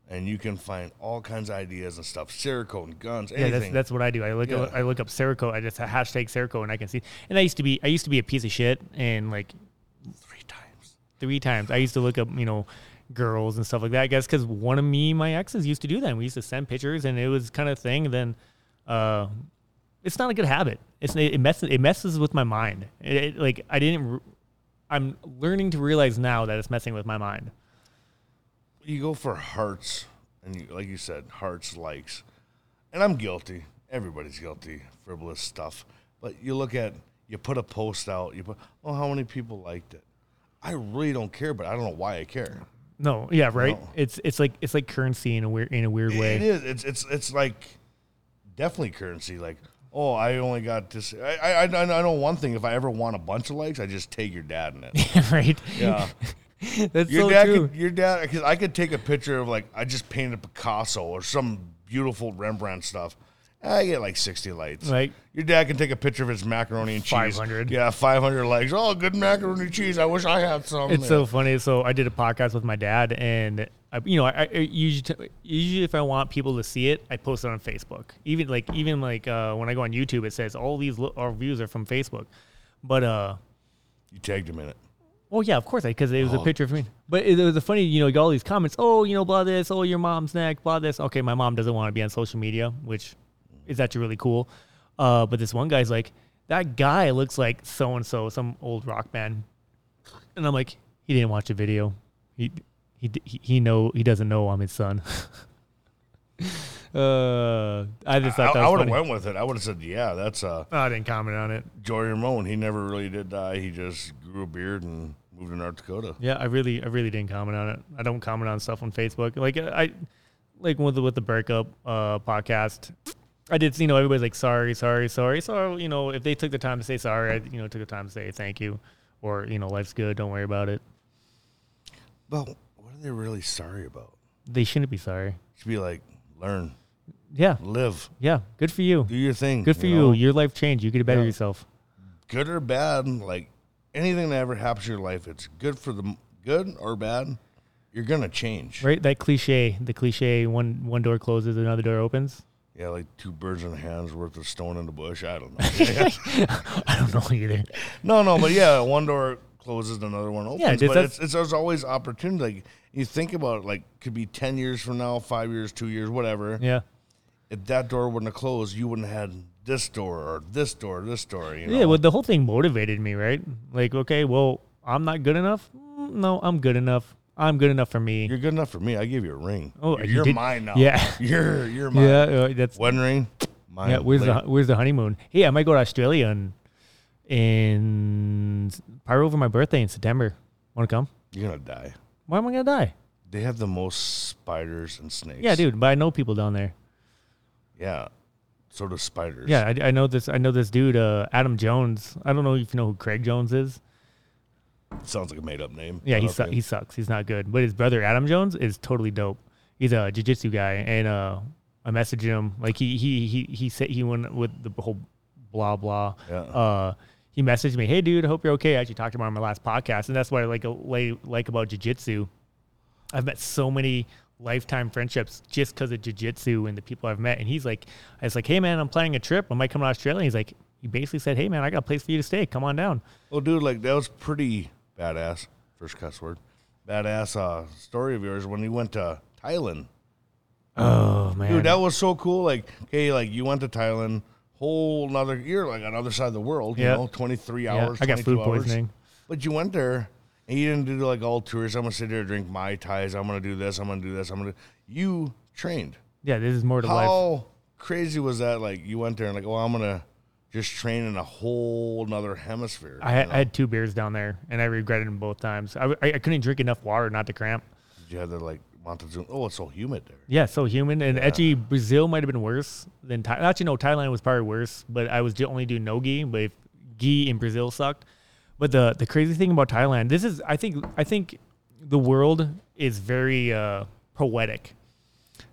C: and you can find all kinds of ideas and stuff. Silicone guns,
D: Yeah,
C: anything.
D: that's, that's what I do. I look
C: Yeah.
D: I look up Serico. I just hashtag Serico, and I can see. And I used to be I used to be a piece of shit, and like
C: three times.
D: three times I used to look up you know girls and stuff like that. I guess because one of me my exes used to do that. And we used to send pictures, and it was kind of thing. Then, uh, it's not a good habit. It's it messes it messes with my mind. It, it like I didn't. re- I'm learning to realize now that it's messing with my mind.
C: you go for hearts and you like you said hearts likes and i'm guilty everybody's guilty frivolous stuff but you look at you put a post out you put oh how many people liked it i really don't care but i don't know why i care
D: No, yeah, right.
C: No.
D: It's it's like it's like currency in a weird in a weird way.
C: it is it's it's it's like definitely currency like oh i only got this i i i I know one thing if i ever want a bunch of likes i just take your dad in it
D: right?
C: yeah
D: That's
C: Your
D: so
C: dad,
D: true.
C: could, your dad, because I could take a picture of like I just painted Picasso or some beautiful Rembrandt stuff. I get like sixty likes.
D: Like-
C: your dad can take a picture of his macaroni and cheese.
D: 500.
C: Yeah, five hundred likes. Oh, good macaroni and cheese. I wish I had some.
D: It's so funny. So I did a podcast with my dad, and I, you know, I, I usually usually if I want people to see it, I post it on Facebook. Even like even like uh, when I go on YouTube, it says all these lo- our views are from Facebook. But uh,
C: you tagged him in it.
D: well, yeah, of course, because it was a picture of me. But it, it was a funny, you know, you got all these comments. Oh, you know, blah this. Oh, your mom's neck. Blah this. Okay, my mom doesn't want to be on social media, which is actually really cool. Uh, but this one guy's like, that guy looks like so and so, some old rock band. And I'm like, he didn't watch the video. He he d- he, he know he doesn't know I'm his son. uh, I just
C: I,
D: thought that was
C: would have
D: funny.
C: went with it. I would have said, yeah, that's uh,
D: I didn't comment on it.
C: Jory Ramone. He never really did die. He just grew a beard and moved to North Dakota.
D: Yeah, I really, I really didn't comment on it. I don't comment on stuff on Facebook. Like uh, I, like with the, with the breakup uh, podcast, I did. You know, everybody's like, sorry, sorry, sorry. So you know, if they took the time to say sorry, I you know took the time to say thank you, or you know, life's good, don't worry about it.
C: But what do are they really sorry about?
D: They shouldn't be sorry.
C: Should be like, learn,
D: Yeah,
C: live,
D: yeah. Good for you.
C: do your thing.
D: Good for you.
C: know?
D: Your life changed. You could better
C: Yeah.
D: yourself.
C: Good or bad, like anything that ever happens in your life, it's good for the m- good or bad. You're gonna change.
D: Right? That cliche, the cliche one one door closes, another door opens.
C: Yeah, like two birds in the hands worth of stone in the bush. I don't know.
D: I don't know either.
C: no, no, but yeah, one door closes, another one opens.
D: Yeah, just
C: but
D: that's-
C: it's, it's there's always opportunity. Like you think about it, like could be ten years from now, five years, two years, whatever.
D: Yeah.
C: If that door wouldn't have closed, you wouldn't have had this door or this door, this door. You know?
D: Yeah, well the whole thing motivated me, right? Like, okay, well, I'm not good enough. Mm, No, I'm good enough. I'm good enough for me.
C: You're good enough for me. I gave you a ring.
D: Oh, you
C: you're
D: did-
C: mine now.
D: yeah.
C: you're you're mine.
D: yeah, uh, that's
C: Wedding ring. Mine.
D: yeah, where's
C: Like,
D: the where's the honeymoon? Hey, I might go to Australia and in probably over my birthday in September. Wanna come?
C: You're gonna die.
D: Why am I gonna die?
C: They have the most spiders and snakes.
D: Yeah, dude, but I know people down there.
C: Yeah. So do spiders.
D: Yeah, I, I know this. I know this dude, uh, Adam Jones. I don't know if you know who Craig Jones is.
C: Sounds like a made up name.
D: Yeah,
C: but
D: he su-
C: Oh, okay.
D: he sucks. He's not good. But his brother Adam Jones is totally dope. He's a jiu-jitsu guy, and uh, I messaged him. Like he he he he said he went with the whole blah blah.
C: Yeah.
D: Uh, he messaged me, "Hey, dude, hope you're okay." I actually talked about it on my last podcast, and that's what I like uh, like, like about jiu-jitsu. I've met so many lifetime friendships just because of jiu-jitsu and the people I've met. And he's like, I was like, "Hey, man, I'm planning a trip. I might come to Australia." He's like, he basically said, "Hey, man, I got a place for you to stay. Come on down."
C: Well, Oh, dude, like that was pretty badass. First cuss word. Badass uh, story of yours when you went to Thailand.
D: Oh man,
C: Dude, that was so cool. Like, hey, like you went to Thailand, whole another you're like on the other side of the world, you
D: Yeah.
C: know, twenty three
D: Yeah,
C: hours.
D: I got
C: 22
D: food
C: hours.
D: poisoning.
C: But you went there and you didn't do like all tourists. I'm gonna sit here and drink my ties. I'm gonna do this. I'm gonna do this. I'm gonna. You trained.
D: yeah, this is more to life.
C: How crazy was that? Like you went there and like, well, I'm gonna just train in a whole another hemisphere.
D: I, had- I had two beers down there, and I regretted them both times. I, w- I- I couldn't drink enough water not to cramp.
C: you had the like Montezuma. Oh, it's so humid there.
D: Yeah, so human. And actually, Brazil might have been worse than Thailand. Actually, no, Thailand was probably worse, but I was do- only doing no gi, but if gi in Brazil sucked. But the, the crazy thing about Thailand, this is, I think, I think the world is very uh, poetic.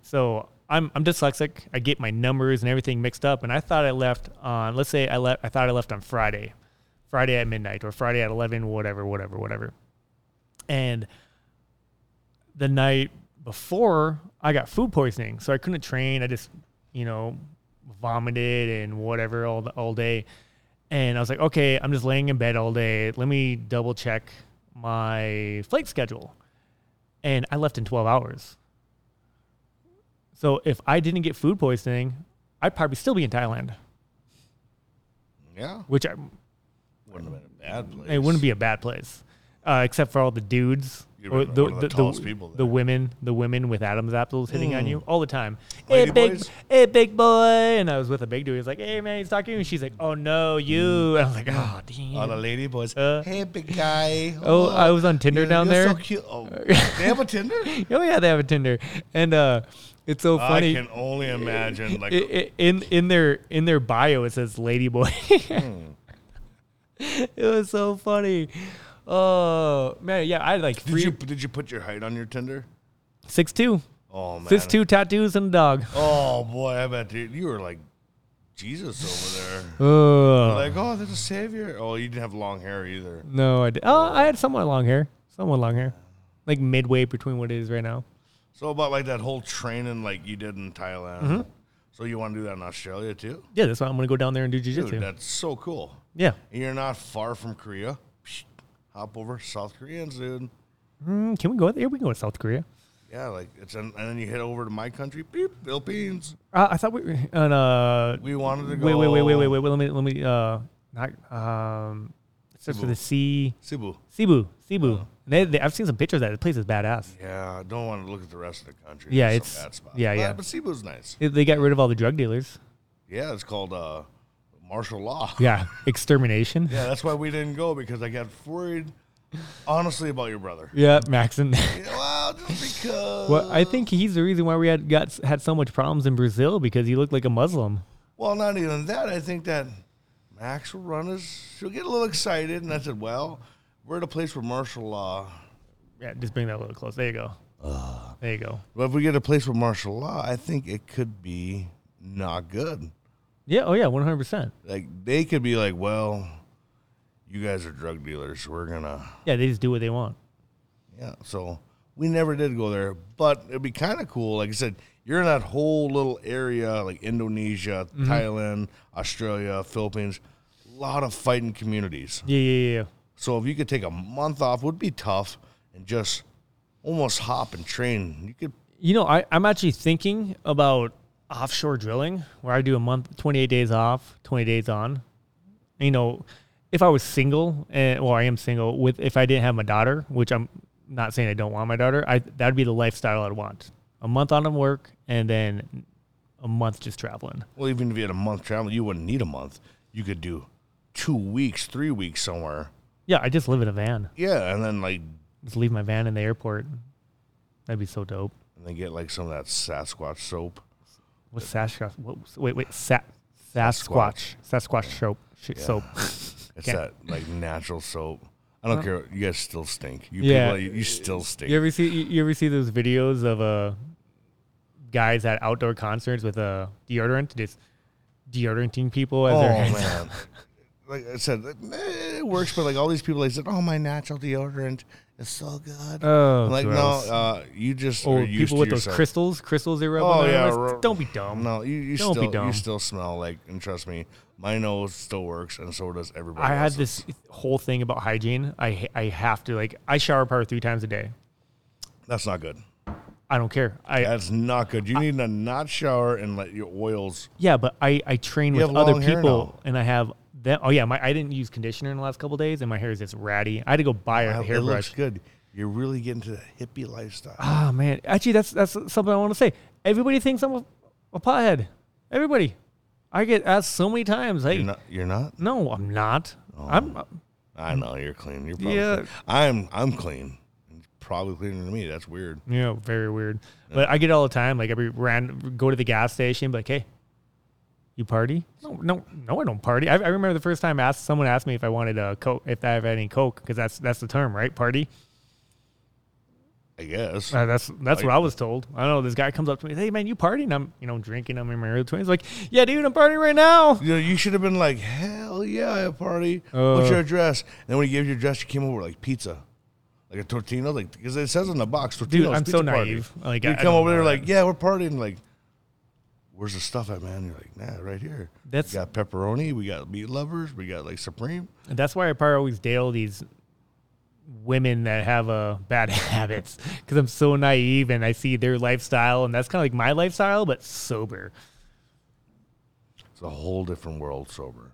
D: So I'm I'm dyslexic. I get my numbers and everything mixed up. And I thought I left on let's say I left I thought I left on Friday, Friday at midnight or Friday at eleven, whatever, whatever, whatever. And the night before I got food poisoning, so I couldn't train. I just you know vomited and whatever all the, all day. And I was like, okay, I'm just laying in bed all day. Let me double check my flight schedule. And I left in 12 hours. So if I didn't get food poisoning, I'd probably still be in Thailand,
C: Yeah,
D: which I,
C: wouldn't have been a bad place.
D: it wouldn't be a bad place, uh, except for all the dudes,
C: You
D: or
C: would've
D: the,
C: been one
D: the,
C: of the tallest people
D: the
C: there. Mm.
D: women, the women with Adam's apples hitting on you all the time. hey,
C: Lady
D: big,
C: boys?
D: hey, big boy, and I was with a big dude. He's like, hey man, he's talking to you, and she's like, oh no,
C: Mm.
D: you. And I was like, oh damn.
C: All the lady boys.
D: Uh,
C: hey, big guy.
D: Oh, I was on Tinder
C: you're-
D: down
C: you're
D: there.
C: So cute. Oh, they have a Tinder.
D: Oh yeah, they have a Tinder, and uh, it's so
C: I
D: funny.
C: can only imagine. Like,
D: I- I- in in their in their bio it says ladyboy
C: Hmm.
D: it was so funny oh man yeah i had like
C: did
D: three
C: you did you put your height on your Tinder?
D: six two
C: Oh man.
D: six two tattoos and a dog
C: Oh boy, I bet you, you were like Jesus over there.
D: oh
C: Like, oh, there's a savior. Oh, you didn't have long hair either.
D: no i did oh i had somewhat long hair somewhat long hair like midway between what it is right now
C: So about like that whole training like you did in Thailand.
D: Mm-hmm.
C: So you want to do that in Australia too?
D: yeah that's why i'm gonna go down there and do
C: Dude,
D: jiu-jitsu
C: that's so cool.
D: yeah
C: And you're not far from Korea. Psh, hop over South Koreans, dude.
D: Mm, can we go there we can go to south korea
C: Yeah, like it's an, and then you head over to my country, beep, Philippines.
D: uh, i thought we were on uh
C: We wanted to go.
D: wait wait wait wait wait wait let me let me uh not um it starts with a c
C: Cebu.
D: Cebu, Cebu. They, they, I've seen some pictures of that. The place is badass.
C: Yeah, I don't want to look at the rest of the country.
D: Yeah,
C: There's some
D: it's-
C: bad spots.
D: yeah,
C: But-
D: yeah.
C: But Cebu's nice.
D: They, they got rid of all the drug dealers.
C: Yeah, it's called uh, martial law.
D: Yeah, extermination. Yeah,
C: Yeah, that's why we didn't go because I got worried, honestly, about your brother.
D: Maxon.
C: Well, just because.
D: well, I think he's the reason why we had got had so much problems in Brazil because he looked like a Muslim.
C: Well, not even that. I think that Max will run us. She'll get a little excited, and I said, "Well, we're at a place where martial law
D: Yeah, just bring that a little close. There you go. there you go.
C: But if we get a place with martial law, I think it could be not good.
D: Yeah. Oh yeah. One hundred percent.
C: Like they could be like, well, you guys are drug dealers. We're gonna
D: Yeah. They just do what they want.
C: yeah. So we never did go there, but it'd be kind of cool. Like I said, you're in that whole little area, like Indonesia, Thailand, Australia, Philippines, a lot of fighting communities.
D: Yeah. Yeah. Yeah.
C: So if you could take a month off, would be tough, and just almost hop and train. You could
D: You know, I, I'm actually thinking about offshore drilling where I do a month, 28 days off, 20 days on. You know, if I was single, and, well, I am single, with if I didn't have my daughter, which I'm not saying I don't want my daughter, I that'd be the lifestyle I'd want. A month on of work and then a month just traveling.
C: Well, even if you had a month travel, you wouldn't need a month. You could do two weeks, three weeks somewhere.
D: Yeah, I just live in a van.
C: Yeah, and then like
D: Just leave my van in the airport. That'd be so dope.
C: and then get like some of that Sasquatch soap.
D: What's Sasquatch? What, wait, wait, Sa- Sasquatch. Sasquatch soap. Sh- Soap.
C: It's
D: Okay.
C: that like natural soap. I don't care. You guys still stink. You
D: Yeah.
C: people, you, you still stink.
D: You ever see you, you ever see those videos of uh guys at outdoor concerts with a deodorant just deodoranting people as
C: oh
D: they're
C: man. Like I said, eh, it works, but like all these people, they said, "Oh, my natural deodorant is so good."
D: Oh,
C: I'm like
D: gross.
C: no, uh, you just
D: or
C: are used
D: people
C: to
D: with
C: yourself.
D: those crystals crystals they rub
C: Oh,
D: on their
C: yeah,
D: wrists.
C: ro-
D: Don't be dumb.
C: No, you, you
D: Don't be
C: still you
D: dumb.
C: still smell like, and trust me, my nose still works, and so does everybody.
D: I had
C: else's.
D: this whole thing about hygiene. I ha- I have to like I shower probably three times a day.
C: That's not good.
D: I don't care. I
C: That's not good. You need to not shower and let your oils.
D: Yeah, but I I train
C: You
D: with
C: have
D: other
C: long hair
D: people,
C: now.
D: and I have them. Oh yeah, my I didn't use conditioner in the last couple days, and my hair is just ratty. I had to go buy a
C: It looks
D: hairbrush.
C: good. You're really getting to the hippie lifestyle.
D: Ah man, actually that's that's something I want to say. Everybody thinks I'm a, a pothead. Everybody, I get asked so many times. Hey,
C: You're not. You're not.
D: no, I'm not. I'm
C: I know you're clean. You're probably
D: Yeah.
C: clean. I'm. I'm clean. It's Probably cleaner than me. That's weird.
D: you know very weird, but I get it all the time. Like every ran go to the gas station, be like hey. You party? No, no, no. I don't party. I, I remember the first time asked someone asked me if I wanted a coke, if I have any coke, because that's that's the term, right? Party.
C: I guess.
D: Uh, that's that's what
C: Like-
D: I was told. I don't know. This guy comes up to me, hey man, you partying? I'm you know drinking. I'm in my early twenties. Like, yeah, dude, I'm partying right now.
C: You know, you should have been like, hell yeah, I have a party.
D: Uh.
C: What's your address? And then when you gave your address, you came over like pizza, like a tortino, like because it says on the box. Tortino's
D: Dude, I'm
C: pizza
D: so
C: party.
D: naive. Like,
C: you
D: I- I
C: come
D: don't
C: over
D: know
C: there
D: that.
C: like, yeah, we're partying. Like, where's the stuff at, man? You're like, nah, right here.
D: That's-
C: we got pepperoni. We got meat lovers. We got like supreme.
D: And that's why I probably always dale these women that have uh, bad habits because I'm so naive and I see their lifestyle and that's kind of like my lifestyle but sober.
C: It's a whole different world sober.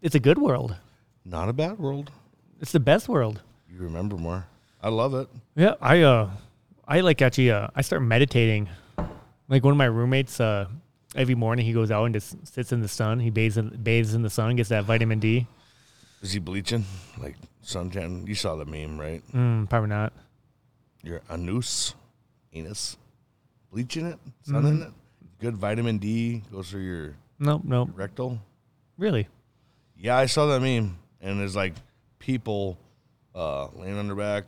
D: It's a good world.
C: Not a bad world.
D: It's the best world.
C: You remember more. I love it.
D: Yeah, I uh, I like actually uh, I start meditating. Like one of my roommates, uh, every morning he goes out and just sits in the sun. He bathes in, bathes in the sun, gets that vitamin D.
C: Is he bleaching? Like suntan? You saw the meme, right?
D: Mm, probably not.
C: Your anus, anus, bleaching it, sun in it. Good vitamin D goes through your
D: Nope, nope.
C: rectal.
D: Really?
C: Yeah, I saw that meme, and there's like people uh, laying on their back,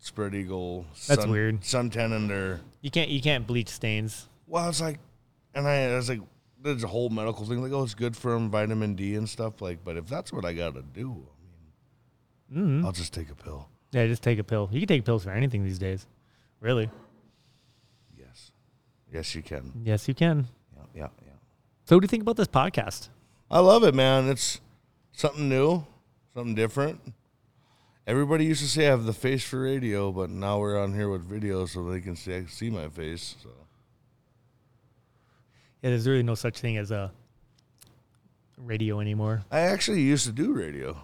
C: spread eagle.
D: That's weird.
C: Suntan in their.
D: You can't you can't bleach stains.
C: Well, it's like, and I, I was like, there's a whole medical thing like, oh, it's good for 'em, vitamin D and stuff. Like, but if that's what I gotta do, I mean, I'll just take a pill.
D: Mm-hmm. Yeah, just take a pill. You can take pills for anything these days. Really?
C: Yes, yes, you can.
D: Yes, you can.
C: Yeah, yeah, yeah.
D: So, what do you think about this podcast?
C: I love it, man. It's something new, something different. Everybody used to say I have the face for radio, but now we're on here with video, so they can see see my face. So.
D: Yeah, there's really no such thing as a radio anymore.
C: I actually used to do radio.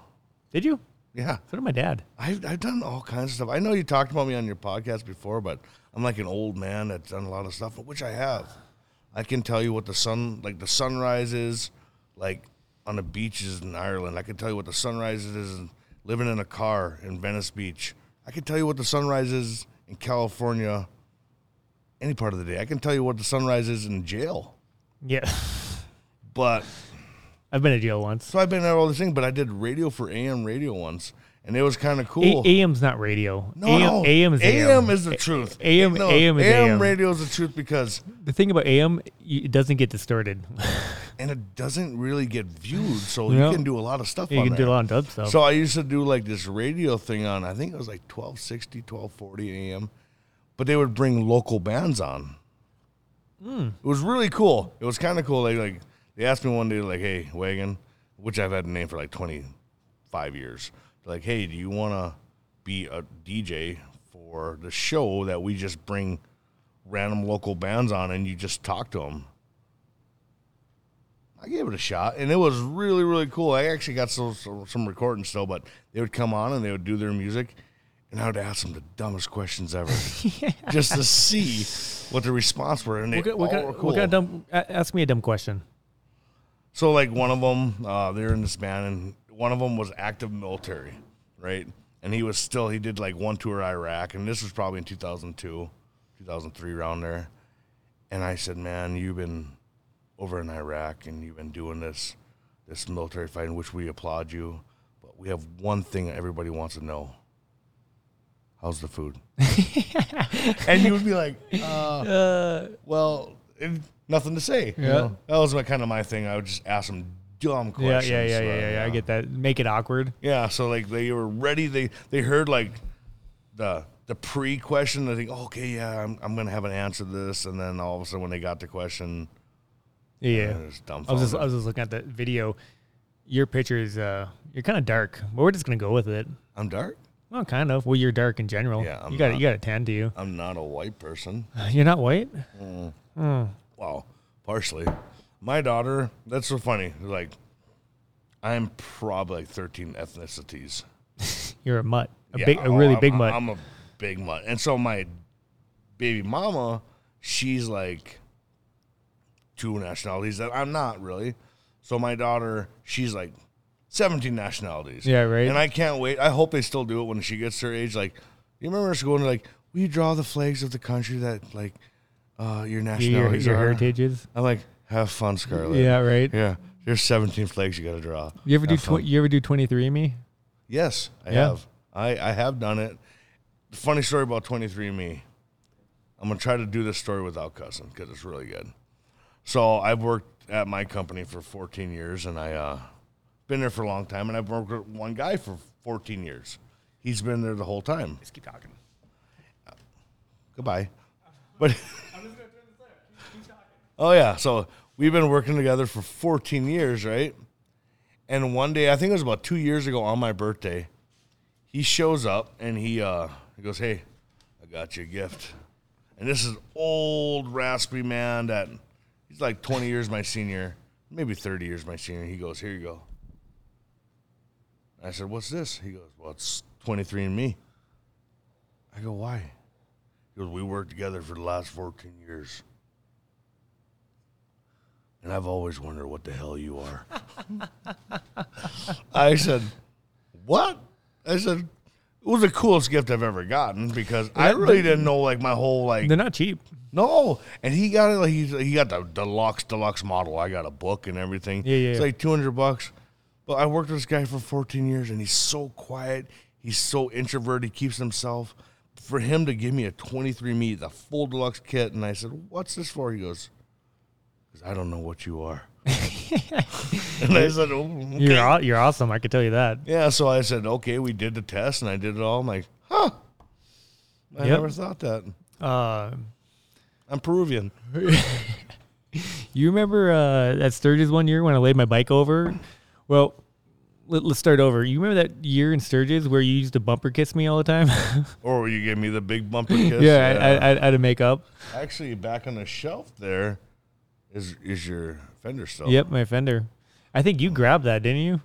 D: Did you?
C: Yeah,
D: So did my dad.
C: I've, I've done all kinds of stuff. I know you talked about me on your podcast before, but I'm like an old man that's done a lot of stuff, which I have. I can tell you what the sun, like the sunrise is, like on the beaches in Ireland. I can tell you what the sunrise is in- living in a car in Venice Beach. I can tell you what the sunrise is in California, any part of the day. I can tell you what the sunrise is in jail.
D: Yeah,
C: But
D: I've been to jail once.
C: So I've been at all these things, but I did radio for AM radio once, and it was kind of cool.
D: A- AM's not radio.
C: no,
D: AM,
C: no.
D: AM is AM.
C: is the truth.
D: AM
C: No,
D: AM is AM.
C: radio is the truth because
D: the thing about AM, y- it doesn't get distorted.
C: and it doesn't really get viewed, so
D: No.
C: you can do a lot of stuff.
D: you
C: on
D: can do
C: there.
D: a lot of dub stuff.
C: So I used to do like this radio thing on, I think it was like 1260, 1240 a.m. But they would bring local bands on. It was really cool. It was kind of cool. They like they asked me one day like, "Hey, Wagon," which I've had a name for like 25 years. They're like, "Hey, do you want to be a DJ for the show that we just bring random local bands on and you just talk to them?" I gave it a shot, and it was really, really cool. I actually got some some, some recording still, but they would come on and they would do their music, and I would ask them the dumbest questions ever, just to see what the response were, and they
D: what, ki- what,
C: all
D: ki-
C: were
D: what
C: cool.
D: kind of dumb? a- Ask me a dumb question.
C: So like one of them, uh, they're in this band, and one of them was active military, right? And he was still he did like one tour Iraq, and this was probably in 2002, 2003 around there. And I said, man, you've been over in Iraq and you've been doing this this military fighting, which we applaud you, but we have one thing that everybody wants to know. How's the food? and you would be like, uh, well, it, nothing to say. you
D: Yeah.
C: know? That was my kind of my thing. I would just ask them dumb
D: Yeah,
C: questions.
D: yeah, yeah, yeah,
C: uh,
D: yeah, yeah. I get that. Make it awkward.
C: Yeah, so like they were ready. They they heard like the the pre question. They think, okay, yeah, I'm I'm gonna have an answer to this. And then all of a sudden, when they got the question,
D: Yeah.
C: it was dumb.
D: I was just I was just looking at the video. Your picture is uh, you're kind of dark, but we're just gonna go with it.
C: I'm dark.
D: Well, kind of. Well, you're dark in general.
C: Yeah, I'm
D: you got
C: not.
D: you got a tan to you.
C: I'm not a white person.
D: You're not white.
C: Well, partially. My daughter. That's so funny. Like, I'm probably like 13 ethnicities.
D: You're a mutt. A
C: Yeah,
D: big, a
C: oh,
D: really
C: I'm-
D: big mutt.
C: I'm a big mutt. And so my baby mama, she's like two nationalities that I'm not really. So my daughter, she's like 17 nationalities.
D: Yeah, right.
C: And I can't wait. I hope they still do it when she gets her age. Like, you remember us going like, we draw the flags of the country that like uh, your
D: your
C: nationalities
D: your
C: are.
D: heritages.
C: I'm like, have fun, Scarlett.
D: Yeah, right.
C: Yeah. There's 17 flags you got to draw.
D: You ever do
C: Have fun.
D: tw- you ever do twenty three me?
C: Yes, I
D: Yeah.
C: have. I, I have done it. Funny story about 23andMe. I'm going to try to do this story without cussing because it's really good. So I've worked at my company for 14 years and I uh, been there for a long time and I've worked with one guy for 14 years. He's been there the whole time.
D: Just keep talking.
C: Goodbye. But Oh yeah, so we've been working together for 14 years, right? And one day, I think it was about 2 years ago on my birthday, he shows up and he uh he goes, "Hey, I got you a gift." And this is old raspy man that he's like 20 years my senior, maybe 30 years my senior. He goes, "Here you go." I said, "What's this?" He goes, "Well, it's 23 and me." I go, "Why?" He goes, We worked together for the last 14 years. And I've always wondered what the hell you are. I said, What? I said, It was the coolest gift I've ever gotten because I
D: Yeah,
C: really
D: but-
C: didn't know like my whole like
D: They're not cheap.
C: no, and he got it. Like he, he got the deluxe deluxe model. I got a book and everything.
D: Yeah, yeah,
C: It's
D: yeah.
C: like two hundred bucks. But I worked with this guy for fourteen years, and he's so quiet. He's so introverted. He keeps himself. For him to give me a twenty three me, the full deluxe kit, and I said, "What's this for?" He goes, "Because I don't know what you are." and I said, oh, okay.
D: You're aw- you're awesome. I can tell you that.
C: "Yeah." So I said, "Okay." We did the test, and I did it all. I'm like, "Huh." I
D: Yep.
C: never thought that.
D: Uh,
C: I'm Peruvian.
D: You remember uh, at Sturgis one year when I laid my bike over? Well, let, let's start over. You remember that year in Sturgis where you used to bumper kiss me all the time?
C: Or you gave me the big bumper kiss.
D: yeah, I, I, I had to make up.
C: actually back on the shelf there is is your fender still.
D: Yep, my fender. I think you grabbed that, didn't you?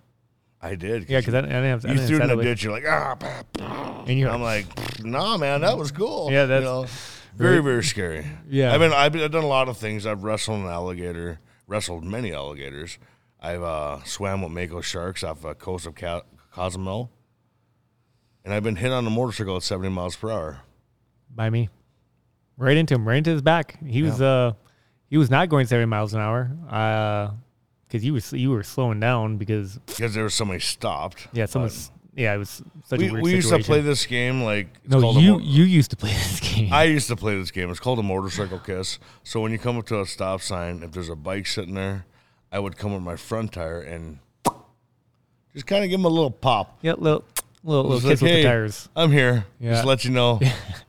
C: I did.
D: Yeah, because I, I didn't have. I
C: you
D: didn't
C: threw it
D: have
C: in the
D: satellite.
C: ditch. You're like ah. bah, bah."
D: And you,
C: I'm like, nah, man, that was cool.
D: Yeah, that's-
C: very very scary.
D: Yeah.
C: I've been I've, been, I've done a lot of things. I've wrestled an alligator, wrestled many alligators. I've uh, swam with mako sharks off the coast of Ca- Cozumel, and I've been hit on a motorcycle at 70 miles per hour.
D: by me, right into him, right into his back. He was uh, he was not going seventy miles an hour. Uh, because you was you were slowing down because
C: Because there was somebody stopped.
D: yeah, someone
C: But
D: yeah, it was such
C: We,
D: a weird
C: we used
D: situation.
C: to play this game like it's
D: no,
C: called a
D: you
C: mor-
D: you used to play this game.
C: I used to play this game. It's called a motorcycle kiss. So when you come up to a stop sign, if there's a bike sitting there, I would come with my front tire and just kind of give them a little pop.
D: yeah, little little,
C: Just
D: little kids
C: like,
D: with
C: "Hey,
D: the tires.
C: I'm here.
D: Yeah.
C: Just let you know.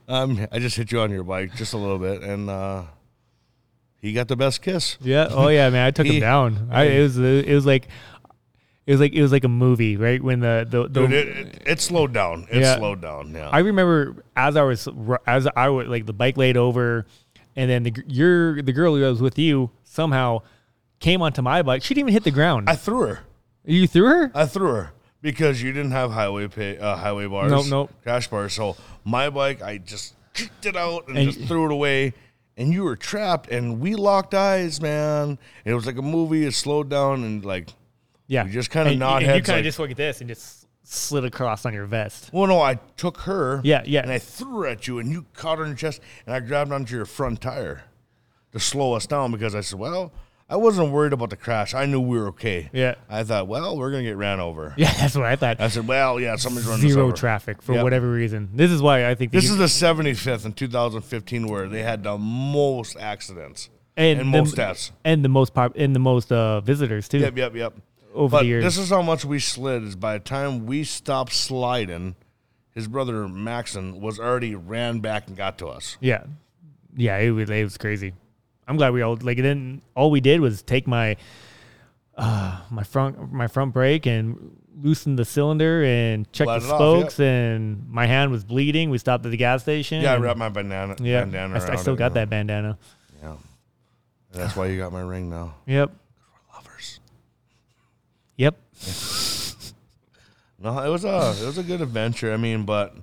C: um, I just hit you on your bike just a little bit, and uh, he got the best kiss.
D: Yeah. Oh yeah, man. I took
C: He-
D: him down. I, it was it was like it was like it was like a movie, right? When the the, the
C: Dude, it, it, it slowed down. It
D: Yeah.
C: slowed down. Yeah.
D: I remember as I was as I was like the bike laid over, and then the gr- your the girl who was with you somehow came onto my bike. She didn't even hit the ground.
C: I threw her.
D: you threw her.
C: I threw her because you didn't have highway pay, uh, highway bars.
D: Nope, nope.
C: Crash bars. So my bike, I just kicked it out and,
D: And-
C: just threw it away. And you were trapped, and we locked eyes, man. It was like a movie. It slowed down, and like,
D: yeah.
C: we just kinda
D: And-
C: nod
D: and You
C: heads
D: kind of
C: like-
D: just look at this and just slid across on your vest.
C: well, no, I took her.
D: Yeah, yeah.
C: And I threw her at you, and you caught her in the chest, and I grabbed onto your front tire to slow us down because I said, well, I wasn't worried about the crash. I knew we were okay.
D: Yeah.
C: I thought, well, we're gonna get ran over.
D: Yeah, that's what I thought.
C: I said, well, yeah, somebody's running us
D: Zero
C: over.
D: traffic for
C: Yep.
D: whatever reason. This is why I think
C: This is the 75th in 2015 where they had the most accidents and, most deaths.
D: and the most pop and the most uh, visitors too.
C: Yep, yep, yep.
D: Over
C: but
D: the years.
C: this is how much we slid. Is by the time we stopped sliding, his brother Maxon was already ran back and got to us.
D: Yeah, yeah, it was, it was crazy. I'm glad we all like. Then all we did was take my uh, my front my front brake and loosen the cylinder and check
C: Let
D: the
C: it off, yep.
D: spokes. And my hand was bleeding. We stopped at the gas station.
C: Yeah, I
D: and-
C: wrapped my banana.
D: Yeah,
C: bandana
D: I, st- I
C: around
D: still
C: it,
D: got
C: yeah.
D: that bandana.
C: Yeah, that's why you got my ring now.
D: Yep,
C: Lovers.
D: yep.
C: No, it was a it was a good adventure. I mean, but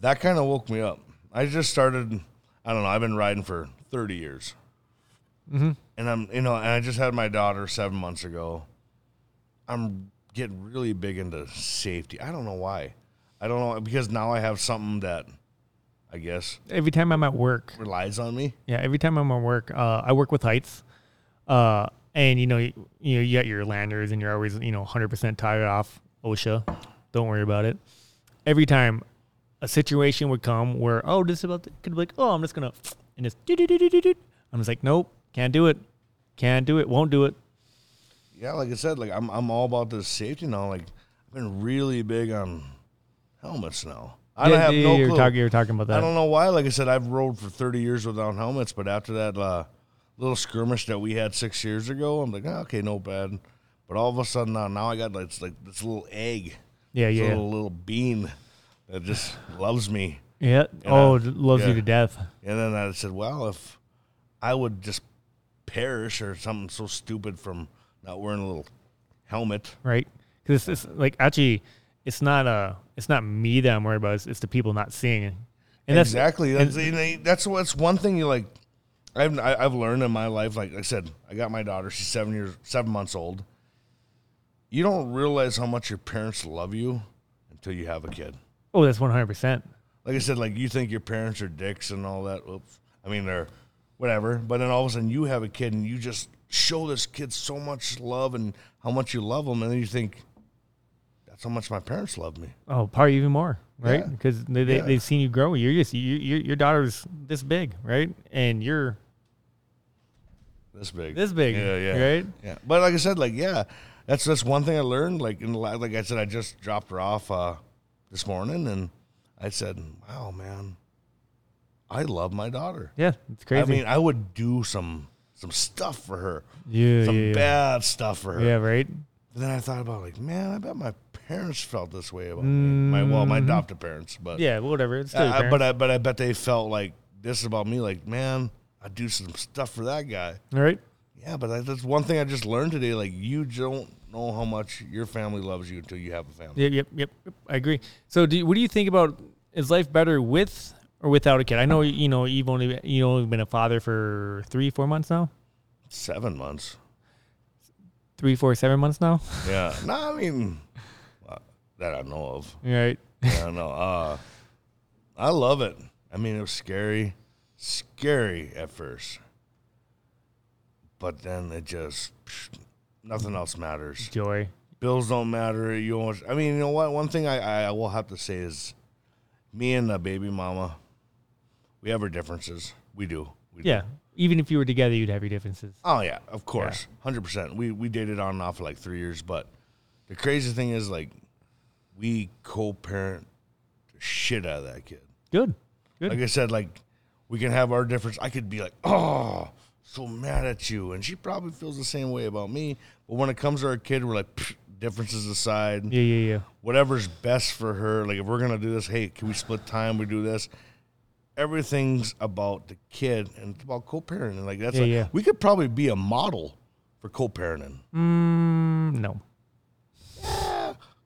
C: that kind of woke me up. I just started. I don't know. I've been riding for thirty years, mm-hmm. and I'm you know, and I just had my daughter seven months ago. I'm getting really big into safety. I don't know why. I don't know because now I have something that I guess
D: Every time I'm at work,
C: relies on me.
D: Yeah, every time I'm at work, uh, I work with heights, uh, and you know, you, you know, you got your lanyards, and you're always, you know, 100% tired off OSHA. Don't worry about it. Every time a situation would come where, oh, this is about to, could be like, oh, I'm just gonna, and just, do do do do do do. I'm just like, nope, can't do it, can't do it, won't do it.
C: yeah, like I said, like I'm I'm all about this safety now. Like I've been really big on helmets now. I don't
D: Yeah,
C: have
D: yeah,
C: no
D: you were
C: clue.
D: talking- you were talking about
C: I
D: that.
C: don't know why. Like I said, I've rode for 30 years without helmets, but after that uh, little skirmish that we had six years ago, I'm like, "Ah, okay, no bad. But all of a sudden now, now I got like, it's like this little egg,
D: Yeah,
C: this
D: yeah,
C: little little bean that just loves me.
D: yeah. Oh,
C: Yeah.
D: loves
C: Yeah.
D: you to death.
C: And then I said, well, if I would just perish or something so stupid from not wearing a little helmet,
D: right? Because it's, it's like actually, it's not uh it's not me that I'm worried about. It's, it's the people not seeing it. And that's
C: exactly. That's, and they- that's what's one thing you like. I've I- I've learned in my life. Like I said, I got my daughter. She's seven years, seven months old. You don't realize how much your parents love you until you have a kid.
D: oh, that's one hundred percent.
C: Like I said, like you think your parents are dicks and all that. Oops. I mean, they're whatever. But then all of a sudden, you have a kid and you just show this kid so much love and how much you love them, and then you think, that's how much my parents love me.
D: Oh, probably even more, right?
C: Yeah.
D: Because they, they
C: Yeah.
D: they've seen you grow. You're just you, you your daughter's this big, right? And you're
C: this big,
D: This big,
C: yeah, yeah,
D: right?
C: yeah. But like I said, like yeah, that's that's one thing I learned. Like in the la- like I said, I just dropped her off uh, this morning, and I said, "Wow, man, I love my daughter.
D: yeah, it's crazy.
C: I mean, I would do some some stuff for her,
D: yeah,
C: some
D: yeah, yeah.
C: bad stuff for her.
D: yeah, right.
C: But then I thought about like, man, I bet my parents felt this way about me. My well, my adopted parents, but
D: Mm-hmm. Yeah, whatever. It's still your
C: I- I-
D: parents.
C: Uh, but I but I bet they felt like this is about me. Like, man, I do some stuff for that guy.
D: all right.
C: Yeah, but that- that's one thing I just learned today. Like, you don't know how much your family loves you until you have a family.
D: Yep, yep, yep. yep. I agree. So, do you, what do you think about is life better with or without a kid? I know you know you've only you only been a father for three, four months now.
C: Seven months.
D: Three, four, seven months now.
C: Yeah. no, I mean, uh, that I know of.
D: Right.
C: I don't know. Uh, I love it. I mean, it was scary, scary at first, but then it just nothing else matters.
D: Joy.
C: Bills don't matter. You almost, I mean, you know what? One thing I, I will have to say is me and the baby mama, we have our differences. We do. We do.
D: Yeah. Even if you were together, you'd have your differences.
C: Oh yeah, of course, hundred percent. We we dated on and off for like three years, but the crazy thing is like we co-parent the shit out of that kid.
D: Good. Good.
C: Like I said, like we can have our difference. I could be like, oh, so mad at you, and she probably feels the same way about me. But when it comes to our kid, we're like "Pfft, differences aside,
D: yeah, yeah, yeah.
C: whatever's best for her. Like if we're gonna do this, hey, can we split time? We do this. Everything's about the kid and it's about co-parenting. Like that's
D: Yeah,
C: a-
D: yeah.
C: we could probably be a model for co-parenting.
D: Mm, no.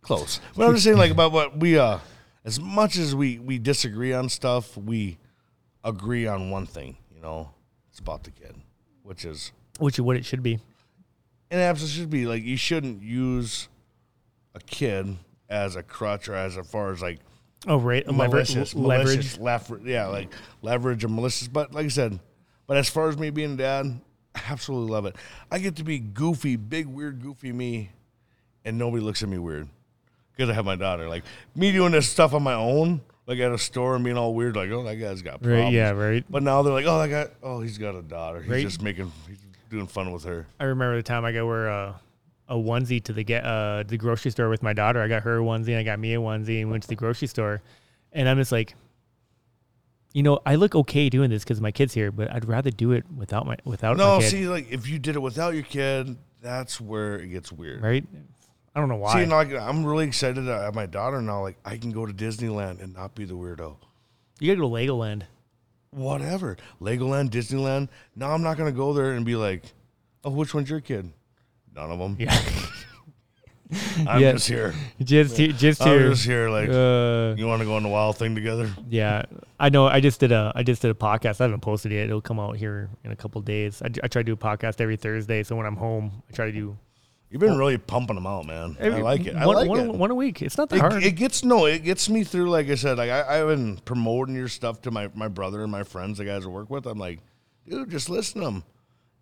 C: Close, but I'm just saying like about what we uh, as much as we we disagree on stuff, we agree on one thing. You know, it's about the kid, which is
D: Which is what it should be.
C: and absolutely should be like you shouldn't use a kid as a crutch or as far as like
D: Oh, right.
C: malicious,
D: Leverage. Leverage.
C: malicious, lever- yeah, like leverage and malicious. But like I said, but as far as me being a dad, I absolutely love it. I get to be goofy, big, weird, goofy me, and nobody looks at me weird because I have my daughter. Like me doing this stuff on my own, like at a store and being all weird, like oh that guy's got problems.
D: Right. Yeah, right.
C: But now they're like oh that guy, oh he's got a daughter. He's
D: Right.
C: just making, he's doing fun with her.
D: I remember the time I got wear a, a onesie to the get uh, the grocery store with my daughter. I got her a onesie and I got me a onesie and went to the grocery store, and I'm just like, you know, I look okay doing this because my kid's here, but I'd rather do it without my without my
C: No,
D: kid,
C: see, like if you did it without your kid, that's where it gets weird.
D: right? I don't know why.
C: See, and like I'm really excited that I have my daughter now. Like I can go to Disneyland and not be the weirdo.
D: you gotta go to Legoland.
C: Whatever, Legoland, Disneyland. Now I'm not gonna go there and be like, "Oh, which one's your kid?" None of them.
D: Yeah,
C: I'm
D: Yeah.
C: just here.
D: just to- just
C: I'm
D: to
C: just here. Like,
D: uh,
C: you want to go on the wild thing together?
D: yeah. I know. I just did a I just did a podcast. I haven't posted it. yet. It'll come out here in a couple days. I, I try to do a podcast every Thursday. So when I'm home, I try to do
C: You've been really pumping them out, man. I
D: Every-
C: like it. I
D: one,
C: like
D: one-
C: it.
D: one a week. It's not that hard.
C: It, it gets no, it gets me through. Like I said, like I, I've been promoting your stuff to my my brother and my friends, the guys I work with. I'm like, dude, just listen to them.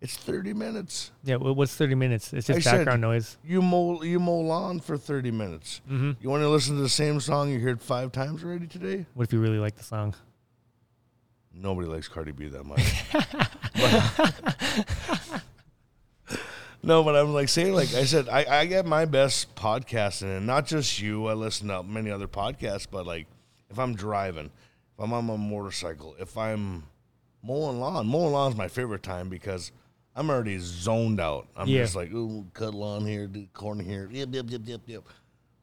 C: It's 30 minutes.
D: yeah. wha- What's thirty minutes? It's
C: I
D: just
C: said-
D: background noise.
C: you mow you mow lawn for 30 minutes. You want to listen to the same song you heard five times already today?
D: What if you really like the song?
C: Nobody likes Cardi B that much. no, but I'm like saying, like I said, I, I get my best podcasting, and not just you. I listen to many other podcasts, but like if I'm driving, if I'm on my motorcycle, if I'm mowing lawn, mowing lawn's my favorite time because I'm already zoned out. I'm
D: Yeah.
C: just like, ooh, cut lawn here, do corn here, yep, yep, yep, yep, yep.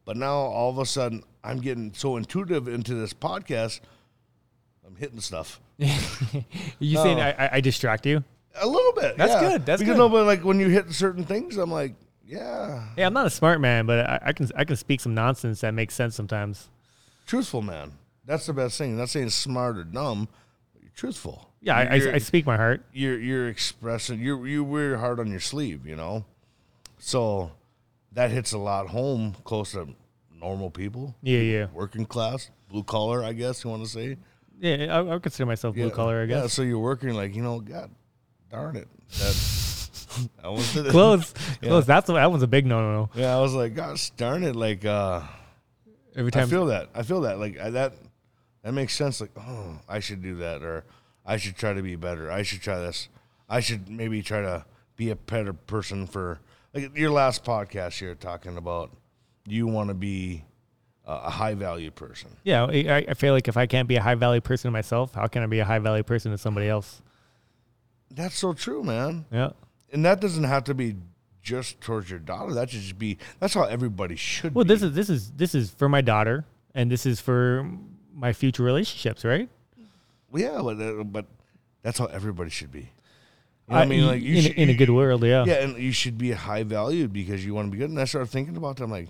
C: But now all of a sudden, I'm getting so intuitive into this podcast. I'm hitting stuff.
D: you
C: Oh.
D: saying I, I, I distract you?
C: A little bit.
D: That's
C: yeah.
D: good, that's
C: because
D: good.
C: No, but like when you hit certain things, I'm like, yeah,
D: Yeah, I'm not a smart man, but I, I can I can speak some nonsense that makes sense sometimes.
C: truthful, man. That's the best thing. Not saying smart or dumb, but you're truthful.
D: Yeah, I, I,
C: You're-
D: I speak my heart.
C: you're you're expressing you you wear your heart on your sleeve, you know. So that hits a lot home close to normal people,
D: Yeah, yeah,
C: working class, blue collar, I guess you want to say.
D: yeah. I, I would consider myself blue
C: Yeah.
D: collar, I
C: Yeah,
D: guess.
C: so you're working like you know, God darn it, that, I was
D: Close,
C: Yeah.
D: close. That's that one's a big no, no, no.
C: Yeah, I was like, God darn it, like uh,
D: Every
C: I
D: time,
C: feel that, I feel that, like I, that, that makes sense. Like, oh, I should do that, or I should try to be better. I should try this. I should maybe try to be a better person for like your last podcast. You're talking about you want to be a, a high value person.
D: yeah. I, I feel like if I can't be a high value person to myself, how can I be a high value person to somebody else?
C: That's so true, man.
D: Yeah,
C: And that doesn't have to be just towards your daughter. That should just be. That's how everybody should.
D: Well,
C: be.
D: this is this is this is for my daughter, and this is for my future relationships, right?
C: yeah, but, uh, but that's how everybody should be. You know what I
D: I-
C: mean, like you
D: Uh, in,
C: should,
D: in a
C: you-
D: good world, yeah.
C: Yeah, and you should be high valued because you want to be good. And I started thinking about that. I'm like,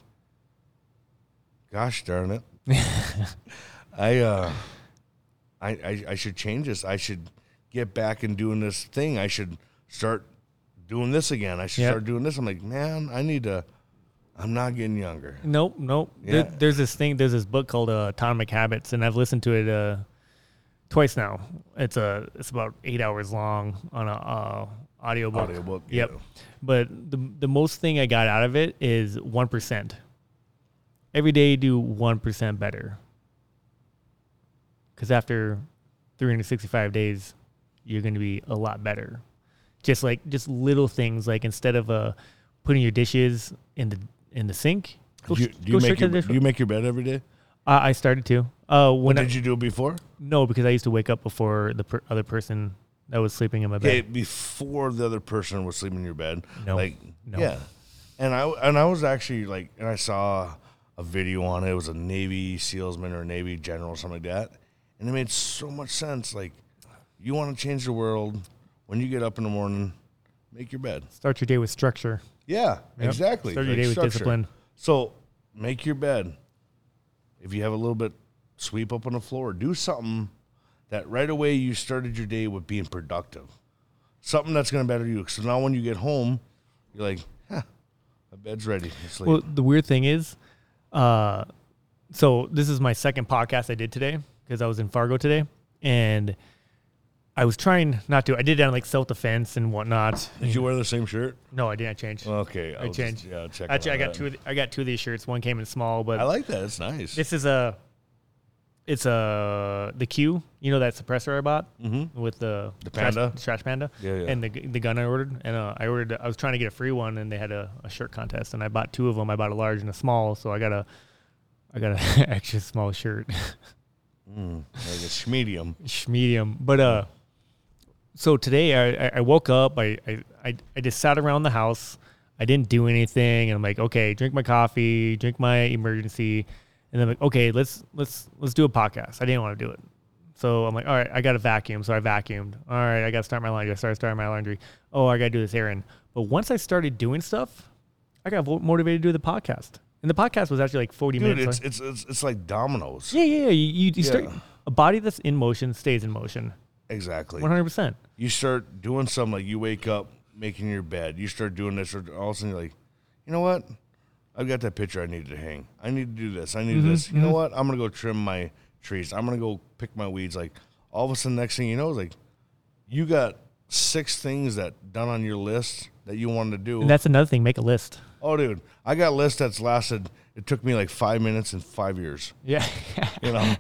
C: gosh darn it. I uh I, I I should change this. I should get back and doing this thing. I should start doing this again. I should
D: Yep.
C: start doing this. I'm like, man, I need to I'm not getting younger.
D: Nope, nope. There-
C: Yeah.
D: there's this thing. There's this book called uh, Atomic Habits, and I've listened to it uh, twice now. It's a it's about eight hours long on a uh, audiobook.
C: Audiobook,
D: Yep.
C: yeah.
D: But the the most thing I got out of it is one percent. Every day, do one percent better. Because after 365 days, you're going to be a lot better. Just like just little things, like instead of uh, putting your dishes in the in the sink, go,
C: Do you,
D: sh-
C: do
D: go
C: you
D: straight
C: make
D: to
C: your,
D: the dish.
C: do you make your bed every day?
D: I, I started to. Uh, when I,
C: Did you do it before?
D: no, because I used to wake up before the per- other person that was sleeping in my bed.
C: Okay, before the other person was sleeping in your bed.
D: No.
C: Like
D: No.
C: yeah. And I and I was actually like and I saw a video on it. It was a Navy SEALsman or Navy general or something like that. And it made so much sense. Like you want to change the world when you get up in the morning, make your bed.
D: Start your day with structure.
C: Yeah,
D: Yep.
C: exactly.
D: Start your day with discipline.
C: So make your bed. If you have a little bit, sweep up on the floor. Do something that right away you started your day with being productive. Something that's going to better you. So now when you get home, you're like, huh, my bed's ready. to Sleep.
D: Well, the weird thing is, uh, so this is my second podcast I did today because I was in Fargo today, and I was trying not to. I did it on like self defense and whatnot.
C: Did you wear the same shirt?
D: No, I didn't change.
C: Okay,
D: I
C: was just-
D: changed.
C: yeah, check
D: Actually, I got two.
C: two.
D: Of the, I got two of these shirts. One came in small, but
C: I like that. It's nice.
D: This is a, it's a the Q. You know that suppressor I bought with the
C: Mm-hmm. The
D: trash-
C: Panda?
D: trash panda,
C: Yeah, yeah.
D: and the gu- the gun I ordered, and uh, I ordered. I was trying to get a free one, and they had a, a shirt contest, and I bought two of them. I bought a large and a small, so I got a, I got an extra small shirt,
C: like it's medium.
D: Sh- medium. But uh, so today I I- I woke up. I I I, I just sat around the house. I didn't do anything, and I'm like, okay, drink my coffee, drink my emergency, and then like, okay, let's let's let's do a podcast. I didn't want to do it, so I'm like, all right, I got to vacuum, so I vacuumed. All right, I got to start my laundry. I started starting my laundry. Oh, I got to do this errand. But once I started doing stuff, I got vo- motivated to do the podcast, and the podcast was actually like 40
C: Dude,
D: minutes.
C: it's,
D: long.
C: it's it's it's like dominoes.
D: yeah, yeah, yeah. You, you, you start
C: Yeah.
D: a body that's in motion stays in motion,
C: Exactly.
D: 100. percent
C: you start doing something like you wake up making your bed you start doing this or all of a sudden you're like you know what i've got that picture i need to hang i need to do this i need this you know what i'm gonna go trim my trees i'm gonna go pick my weeds like all of a sudden next thing you know is like you got six things that done on your list that you wanted to do
D: And that's another thing. Make a list.
C: oh dude i got a list that's lasted it took me like five minutes and five years
D: Yeah.
C: you know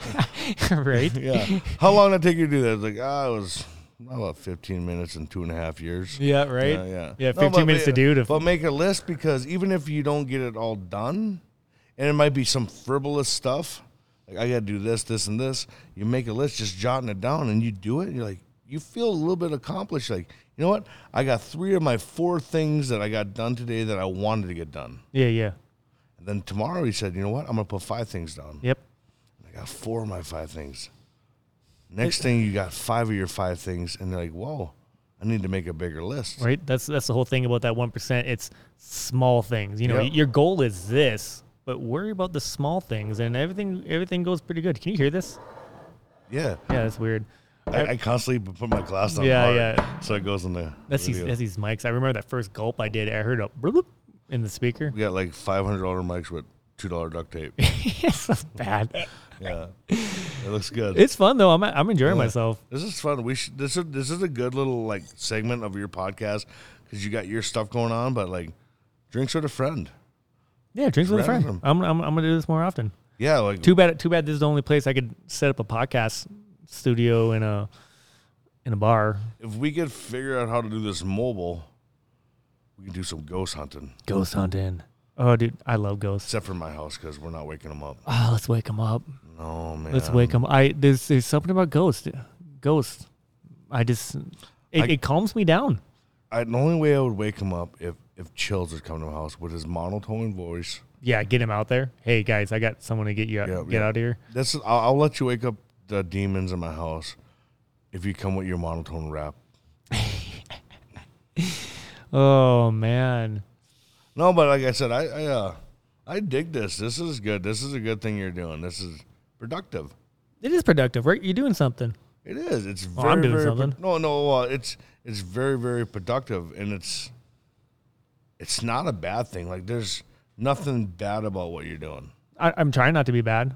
D: right?
C: yeah how long did it take you to do that it's like ah, it was about 15 minutes and two and a half years
D: Yeah, right?
C: yeah, Uh, yeah.
D: Yeah,
C: No,
D: 15
C: but
D: minutes
C: ma-
D: to do to
C: But make a list because even if you don't get it all done, and it might be some frivolous stuff, like I got to do this, this, and this. You make a list, just jotting it down, and you do it. And you're like, you feel a little bit accomplished. Like, you know what? I got three of my four things that I got done today that I wanted to get done.
D: Yeah, yeah.
C: And then tomorrow he said, you know what? I'm gonna put five things down.
D: Yep.
C: I got four of my five things. Next thing, you got five of your five things, and they're like, whoa, I need to make a bigger list.
D: Right? That's that's the whole thing about that 1%. It's small things. You know,
C: Yep.
D: your goal is this, but worry about the small things and everything everything goes pretty good. Can you hear this?
C: Yeah.
D: Yeah, that's weird.
C: I, I constantly b- put my glass on.
D: Yeah,
C: hard,
D: yeah.
C: So it goes in the.
D: That's these
C: video.
D: that's these mics. I remember that first gulp I did. I heard a bloop in the speaker.
C: we got like five hundred dollar mics with two dollar duct tape.
D: it's not bad.
C: yeah, it looks good.
D: It's fun though. I'm I'm enjoying myself.
C: this is fun. We should. This is this is a good little like segment of your podcast because you got your stuff going on, but like drinks with a friend.
D: Yeah, drinks with a friend.
C: Random.
D: I'm, I'm I'm gonna do this more often.
C: Yeah, like
D: Too bad. Too bad. This is the only place I could set up a podcast studio in a in a bar.
C: if we could figure out how to do this mobile, we can do some ghost hunting.
D: Ghost hunting. Oh, dude, I love ghosts.
C: Except for my house because we're not waking them up.
D: Oh, let's wake them up.
C: No man.
D: Let's wake them. I there's there's something about ghosts. Ghosts. I just it,
C: I-
D: it calms me down.
C: I, the only way I would wake him up if if chills would come to my house with his monotone voice.
D: Yeah, get him out there. Hey guys, I got someone to get you out,
C: Yeah,
D: get
C: yeah.
D: out of here.
C: That's I'll, I'll let you wake up the demons in my house if you come with your monotone rap.
D: Oh man.
C: No, but like I said, I I, uh, I dig this. This is good. This is a good thing you're doing. This is productive.
D: It is productive, right? You're doing something.
C: It is. It's
D: Oh,
C: very.
D: I'm doing
C: very pro-
D: something.
C: no, no. Uh, it's it's very very productive, and it's it's not a bad thing. Like there's nothing bad about what you're doing.
D: I, I'm trying not to be bad.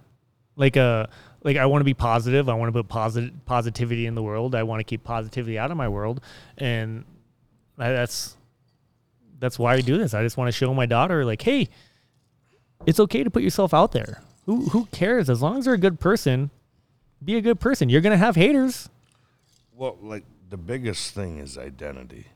D: Like uh like I want to be positive. I want to put positive positivity in the world. I want to keep positivity out of my world. And I, that's that's why I do this. I just want to show my daughter, like, hey, it's okay to put yourself out there. Who who cares? As long as you're a good person, be a good person. You're gonna have haters.
C: Well, like the biggest thing is identity.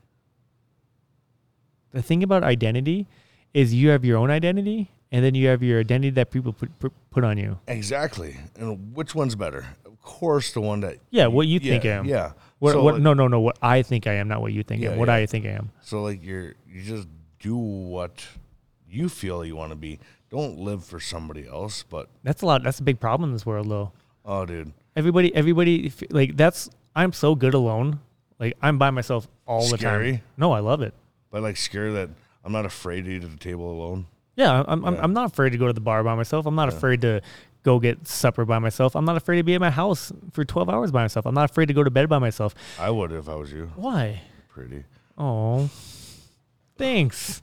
D: The thing about identity is you have your own identity, and then you have your identity that people put put, put on you.
C: Exactly. And which one's better? Of course, the one that
D: Yeah, what you
C: yeah,
D: think I am.
C: Yeah.
D: What,
C: So,
D: what,
C: like-
D: no, no, no. What I think I am, not what you think I am.
C: Yeah,
D: What
C: yeah.
D: I think I am.
C: So like you're you just do what you feel you want to be. Don't live for somebody else. But
D: That's a lot. That's a big problem in this world, though.
C: oh, dude,
D: Everybody, everybody, if- like that's. I'm so good alone. Like I'm by myself all the
C: Scary.
D: time. No, I love it.
C: but like scare that I'm not afraid to eat at the table alone.
D: Yeah, I'm. I'm, I'm not afraid to go to the bar by myself. I'm not afraid to go get supper by myself. I'm not afraid to be at my house for 12 hours by myself. I'm not afraid to go to bed by myself.
C: I would if I was you.
D: Why?
C: Pretty.
D: Oh, thanks.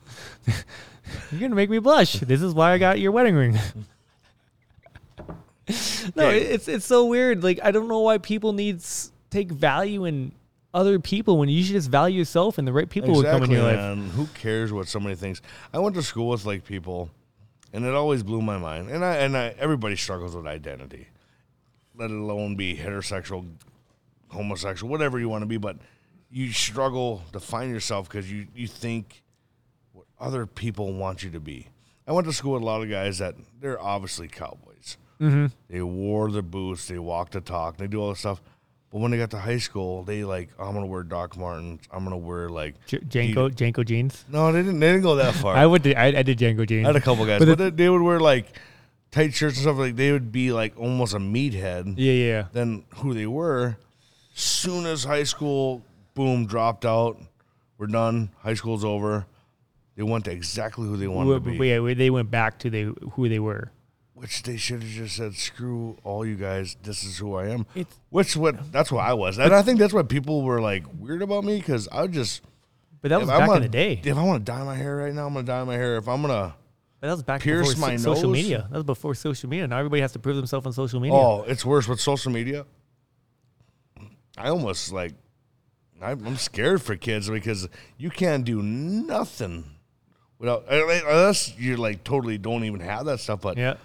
D: You're gonna make me blush. This is why I got your wedding ring. no, it- it's it's so weird. Like I don't know why people need s- take value in other people when you should just value yourself and the right people would come in your life.
C: man. Who cares what somebody thinks? I went to school with like people, and it always blew my mind. And I and I, everybody struggles with identity, let alone be heterosexual, homosexual, whatever you want to be. But you struggle to find yourself because you you think what other people want you to be. I went to school with a lot of guys that they're obviously cowboys.
D: Mm-hmm.
C: They wore the boots, they walked the talk, they do all this stuff. But when they got to high school, they like, I'm gonna wear Doc Martens. I'm gonna wear like
D: J- Janko Janko jeans.
C: no, they didn't. They didn't go that far.
D: I
C: I,
D: would. do- I, I did Janko jeans.
C: had a couple guys, but, they, they would wear like tight shirts and stuff. Like they would be like almost a meathead
D: yeah, yeah, yeah.
C: than who they were. Soon as high school, boom, dropped out. We're done. High school's over. They went to exactly who they wanted
D: Wh-
C: to be,
D: yeah, wh- they went back to they who they were.
C: which they should have just said, "Screw all you guys. This is who I am."
D: It's-
C: which what that's what I was, and I think that's why people were like weird about me because I would just
D: But that
C: if
D: was
C: I
D: back in
C: want
D: the day.
C: If I want to dye my hair right now, I'm gonna dye my hair. If I'm gonna
D: But that was back
C: pierce
D: before
C: my
D: so- social
C: nose?
D: media. That was before social media. Now everybody has to prove themselves on social media.
C: Oh, it's worse with social media. I almost like, I'm I'm scared for kids because you can't do nothing without I mean, unless you're like totally don't even have that stuff. But
D: Yeah.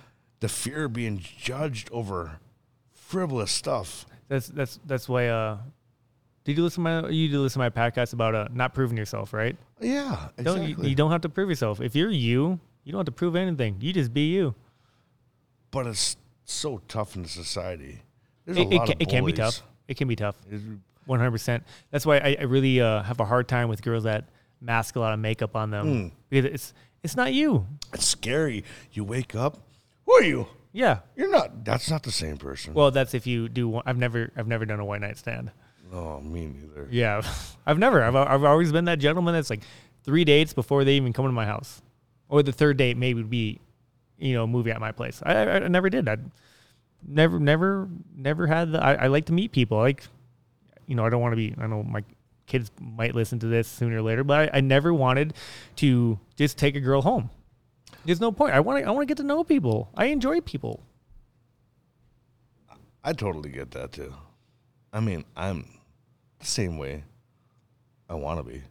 C: the fear of being judged over frivolous stuff.
D: That's that's that's why. Uh, did you listen to my you do listen to my podcast about uh not proving yourself, right?
C: Yeah, exactly.
D: Don't you, you don't have to prove yourself. If you're you, you don't have to prove anything. You just be you.
C: but it's so tough in society. There's
D: It,
C: a
D: it,
C: lot
D: ca-
C: of
D: it can be
C: bullies.
D: tough. It can be tough.
C: It's-
D: One hundred percent. That's why I, I really uh, have a hard time with girls that mask a lot of makeup on them
C: Hmm.
D: because it's it's not you.
C: It's scary. You wake up. Who are you?
D: Yeah.
C: You're not. That's not the same person.
D: Well, that's if you do. One, I've never I've never done a one night stand.
C: no, me neither.
D: Yeah, I've never. I've, I've always been that gentleman that's like three dates before they even come to my house, or the third date maybe would be, you know, a movie at my place. I, I, I never did. I never, never, never had. The, I, I like to meet people. I like, you know, I don't want to be. I know my kids might listen to this sooner or later, but I, I never wanted to just take a girl home. There's no point. I want to. I want to get to know people. I enjoy people.
C: I totally get that too. I mean, I'm the same way I want to be.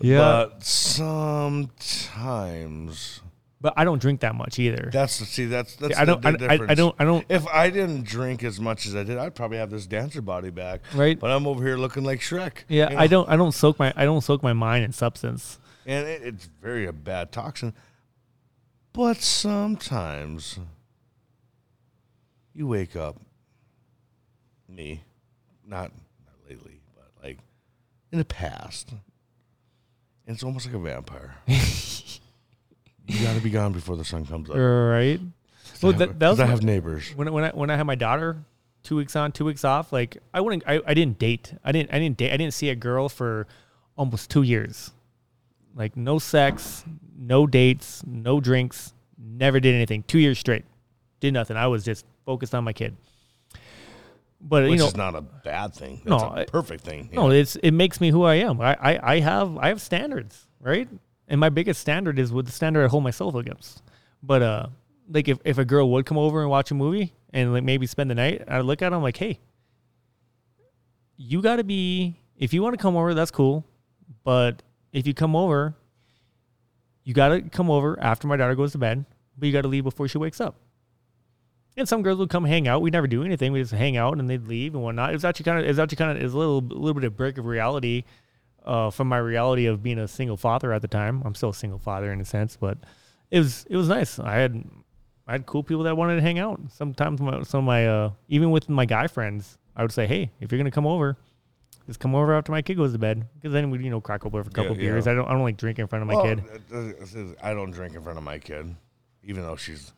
D: Yeah, but,
C: But sometimes
D: I don't drink that much either.
C: that's the see that's that's
D: I don't.
C: the
D: I,
C: big
D: I, I
C: difference.
D: don't. I don't.
C: If I didn't drink as much as I did, I'd probably have this dancer body back.
D: Right.
C: But I'm over here looking like Shrek.
D: Yeah,
C: you
D: I
C: know?
D: don't. I don't soak my. I don't soak my mind in substance.
C: And it, it's very a bad toxin. But sometimes you wake up, me, not, not lately, but like in the past, and it's almost like a vampire. you gotta be gone before the sun comes up.
D: Right. Well, that, that was
C: Because I have neighbors.
D: when I- when I when I had my daughter, two weeks on, two weeks off. Like I wouldn't. I, I didn't date. I didn't. I didn't date. I didn't see a girl for almost two years. Like no sex, no dates, no drinks. Never did anything. Two years straight. Did nothing. I was just focused on my kid. But
C: Which
D: you know,
C: is not a bad thing.
D: No,
C: That's a
D: I-
C: perfect thing.
D: No, it's it makes me who I am. I, I I have I have standards, right? And my biggest standard is with the standard I hold myself against. But uh, like if, if a girl would come over and watch a movie and like maybe spend the night, I look at them like, hey, you got to be if you want to come over, that's cool. But if you come over, you gotta come over after my daughter goes to bed, but you gotta leave before she wakes up. And some girls would come hang out. We never do anything. We just hang out and they'd leave and whatnot. It was actually kind of, it was actually kind of, it was a little, little bit of break of reality uh, from my reality of being a single father at the time. I'm still a single father in a sense, but it was, it was nice. I had, I had cool people that wanted to hang out. Sometimes my, some of my, uh, even with my guy friends, I would say, hey, if you're gonna come over, just come over after my kid goes to bed, because then we, you know, crack open for a couple
C: yeah.
D: beers. I don't, I don't like drink in front of my
C: Well,
D: kid.
C: uh, uh, this is- I don't drink in front of my kid, even though she's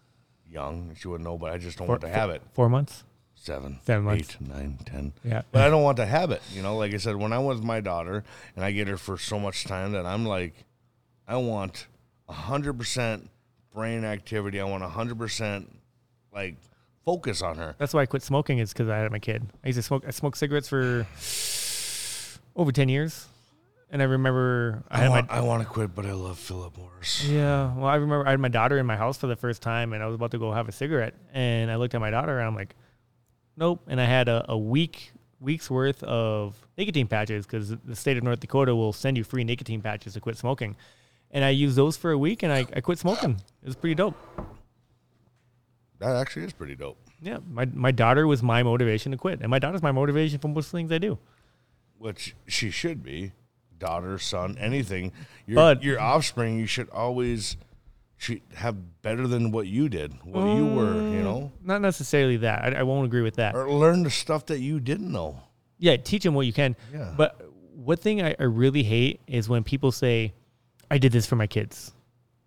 C: young. and She wouldn't know, but I just don't want to have it.
D: Four months.
C: Seven,
D: Seven months.
C: eight, nine, ten.
D: Yeah.
C: But I don't want to have it. You know, like I said, when I was my daughter and I get her for so much time that I'm like, I want 100% brain activity. I want 100% like focus on her.
D: That's why I quit smoking is because I had my kid. I used to smoke. I smoked cigarettes for over ten years, and I remember I
C: I,
D: had my
C: want, I want to quit, but I love Philip Morris.
D: yeah. Well, I remember I had my daughter in my house for the first time, and I was about to go have a cigarette, and I looked at my daughter, and I'm like, nope. And I had a, a week weeks worth of nicotine patches because the state of North Dakota will send you free nicotine patches to quit smoking, and I used those for a week, and I, I quit smoking. It was pretty dope.
C: That actually is pretty dope.
D: Yeah, my my daughter was my motivation to quit, and my daughter's my motivation for most things I do.
C: which she should be daughter son anything your,
D: But-
C: your offspring you should always should have better than what you did what you were you know
D: not necessarily that. I, I won't agree with that.
C: or learn the stuff that you didn't know
D: Yeah, teach them what you can.
C: Yeah.
D: But one thing I, I really hate is when people say, "I did this for my kids,"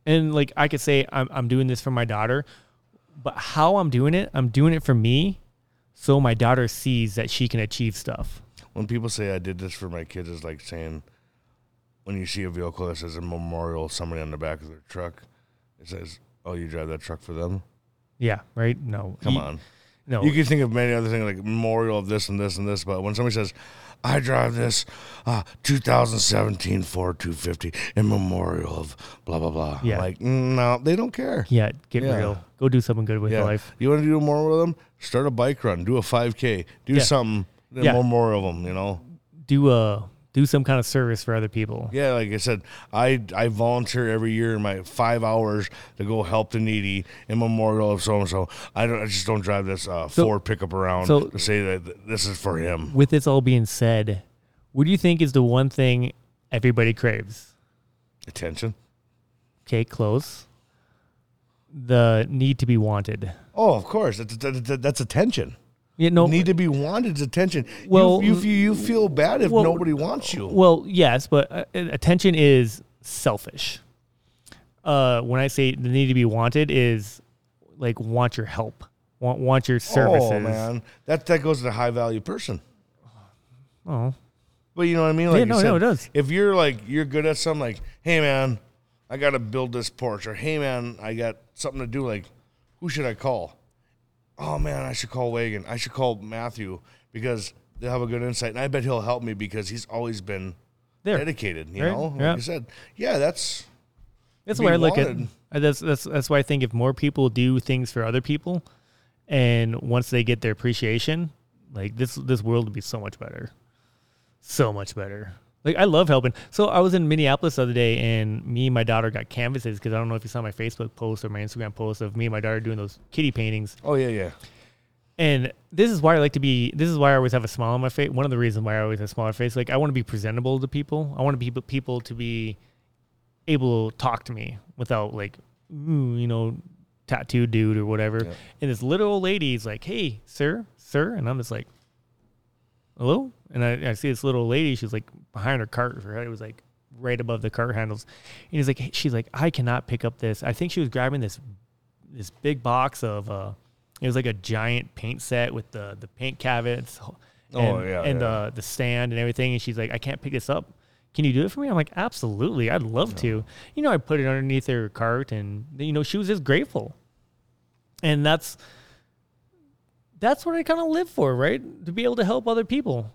D: and like I could say, "I'm I'm doing this for my daughter," but how I'm doing it, I'm doing it for me, so my daughter sees that she can achieve stuff.
C: when people say i did this for my kids it's like saying when you see a vehicle that says a memorial somebody on the back of their truck it says oh you drive that truck for them
D: Yeah. Right. No.
C: come
D: Ye- Oh.
C: on
D: No.
C: you can think of many other things like memorial of this and this and this, but when somebody says, "I drive this uh, 2017 Ford 250 in memorial of blah blah blah,"
D: Yeah.
C: like mm, no, they don't care.
D: yeah. Get
C: Yeah.
D: real. Go do something good with
C: Yeah,
D: your life.
C: you want to do a memorial of them? Start a bike run, do a 5K, do
D: Yeah.
C: something.
D: Yeah.
C: Yeah. memorial of them, you know.
D: Do uh do some kind of service for other people.
C: Yeah, like I said, I I volunteer every year in my five hours to go help the needy in memorial of so and so. I don't, I just don't drive this uh, Ford pickup around
D: so-
C: to say that th- this is for him.
D: with this all being said, what do you think is the one thing everybody craves?
C: Attention.
D: Okay, close. The need to be wanted.
C: Oh, of course. That's, that- that- that's attention.
D: You know,
C: Need to be wanted is attention. You-
D: Well,
C: you, you, you feel bad if
D: well,
C: nobody wants you.
D: well, yes, but uh, attention is selfish. Uh, when I say the need to be wanted is like want your help, want want your services.
C: Oh, man. That, that goes to the high value person.
D: Oh,
C: But you know what I mean? Like
D: Yeah,
C: you
D: no, no,
C: said,
D: it does.
C: If you're like, you're good at something, like, hey, man, I got to build this porch, or hey, man, I got something to do, like, who should I call? Oh, man, I should call Wagon. I should call Matthew because they'll have a good insight. And I bet he'll help me because he's always been
D: there.
C: dedicated, you
D: Right,
C: know? Like
D: yeah.
C: you said, yeah, that's.
D: That's
C: be
D: why I look
C: wanted.
D: at uh, that's that's that's why I think if more people do things for other people, and once they get their appreciation, like this this world would be so much better, so much better. Like I love helping. So I was in Minneapolis the other day, and me and my daughter got canvases because I don't know if you saw my Facebook post or my Instagram post of me and my daughter doing those kitty paintings.
C: Oh, yeah, yeah.
D: And this is why I like to be. This is why I always have a smile on my face. One of the reasons why I always have a smile on my face. Like I want to be presentable to people. I want to be people to be able to talk to me without like "Ooh," you know tattooed dude or whatever. And this little old lady is like, "Hey, sir, sir," and I'm just like, "Hello." And I, I see this little old lady. She's like behind her cart. Her head was like right above the cart handles. And he's like, hey, she's like, "I cannot pick up this." I think she was grabbing this this big box of uh it was like a giant paint set with the the paint cabinets and,
C: Oh, yeah,
D: and
C: yeah.
D: the the stand and everything and she's like I can't pick this up can you do it for me I'm like absolutely I'd love to you know I put it underneath her cart and you know she was just grateful and that's that's what I kind of live for right to be able to help other people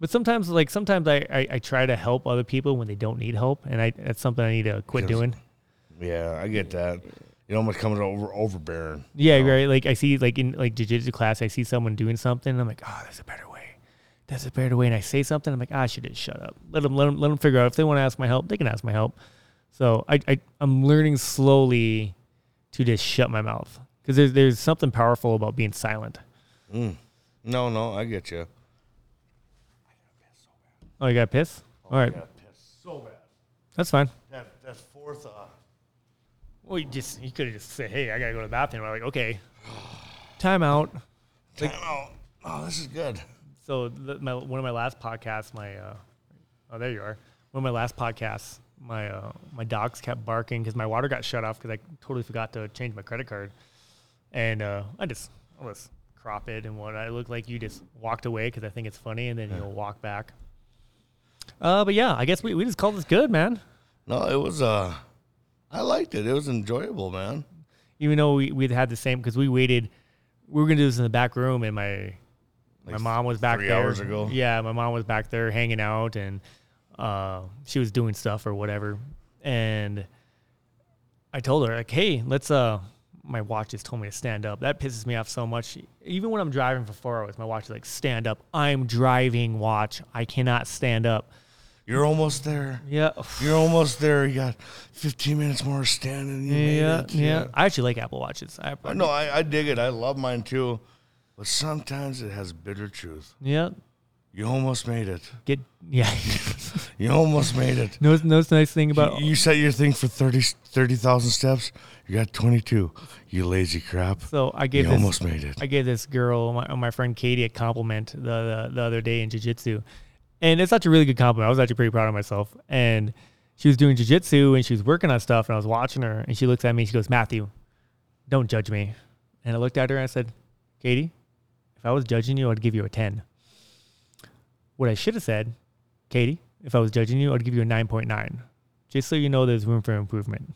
D: but sometimes like sometimes I, I, I try to help other people when they don't need help and I that's something I need to quit
C: Because-
D: doing
C: Yeah, I get that. It almost comes over overbearing.
D: Yeah, right. Like I see, like in like jujitsu class, I see someone doing something. I'm like, oh, there's a "Ah, better way. disappeared away and I say something, I'm like, ah, she did shut up. Let them, let them, let them figure out. If they want to ask my help, they can ask my help. So I, I I'm learning slowly to just shut my mouth because there's, there's something powerful about being silent.
C: No, no, I get you.
D: Oh, you got piss? All right.
C: So bad.
D: That's fine.
C: That that fourth. Uh,
D: Well, you just, you could have just said, hey, I got to go to the bathroom. I'm like, okay, time out.
C: oh, oh, this is good.
D: So the, my one of my last podcasts, my uh, oh there you are. One of my last podcasts, my uh, my dogs kept barking because my water got shut off because I totally forgot to change my credit card, and uh, I just I was crop it and what I look like you just walked away because I think it's funny and then you'll walk back. Uh, but yeah, I guess we, we just called this good, man.
C: No, it was. Uh, I liked it. It was enjoyable, man.
D: Even though we we had the same because we waited, we were gonna do this in the back room and my my
C: Like
D: mom was back
C: three
D: there.
C: hours ago?
D: Yeah, my mom was back there hanging out, and uh, she was doing stuff or whatever. And I told her like, "Hey, let's." uh My watch just told me to stand up. That pisses me off so much. Even when I'm driving for four hours, my watch is like, "Stand up." I'm driving. Watch. I cannot stand up.
C: You're almost there.
D: Yeah.
C: You're almost there. You got 15 minutes more standing. You made
D: Yeah,
C: it.
D: yeah. I actually like Apple Watches. I,
C: I know. I, I dig it. I love mine too, but sometimes it has bitter truth.
D: Yeah.
C: You almost made it.
D: Get yeah.
C: You almost made it.
D: no, no nice thing about
C: you set your thing for 30 30,000 steps. You got 22. You lazy crap.
D: So I gave
C: You
D: this,
C: almost made it.
D: I gave this girl, my, my friend Katie, a compliment the, the the other day in jujitsu, and it's actually a really good compliment. I was actually pretty proud of myself. And she was doing jujitsu and she was working on stuff, and I was watching her, and she looks at me, and she goes, "Matthew, don't judge me." And I looked at her and I said, "Katie, if I was judging you, I'd give you a ten. What I should have said, Katie, if I was judging you, I'd give you a nine point nine, just so you know there's room for improvement."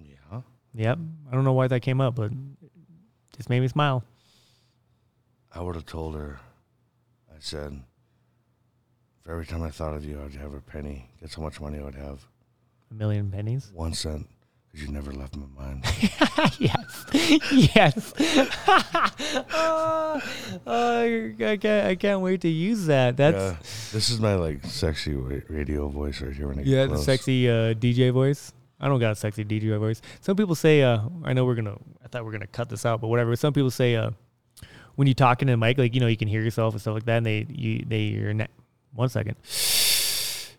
C: yeah.
D: Yep, I don't know why that came up, but it just made me smile.
C: I would have told her, I said, for every time I thought of you, I'd have a penny. Guess how much money I would have?
D: a million pennies.
C: One cent. Because you never left my mind.
D: yes, yes. oh, oh, I can't, I can't wait to use that.
C: Uh,
D: That's
C: this is my like sexy wa- radio voice right here when I get
D: yeah, the
C: close.
D: sexy uh, DJ voice. I don't got a sexy DJ voice. Some people say, uh, I know we're gonna. I thought we are gonna cut this out, but whatever. Some people say, uh, when you talking to the mic, like you know, you can hear yourself and stuff like that, and they, you, they, your na- one second,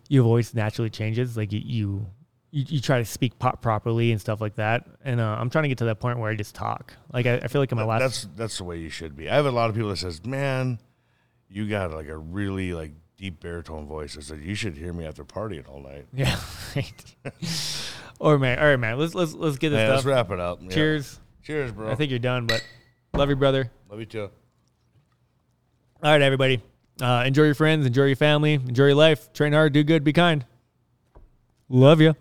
D: your voice naturally changes. Like you, you, you, you try to speak pop properly and stuff like that. And uh, I'm trying to get to that point where I just talk. Like I, I feel like in my last,
C: That's that's the way you should be. I have a lot of people that says, "Man, you got like a really like deep baritone voice." I said, "You should hear me after partying all night."
D: yeah. right. or man, all right, man. Let's let's let's get this
C: Yeah, let's
D: stuff.
C: wrap it up. Yeah.
D: Cheers.
C: cheers, bro.
D: I think you're done, but love you, brother.
C: Love you too.
D: All right, everybody. Uh, enjoy your friends, enjoy your family, enjoy your life. Train hard, do good, be kind. Love you.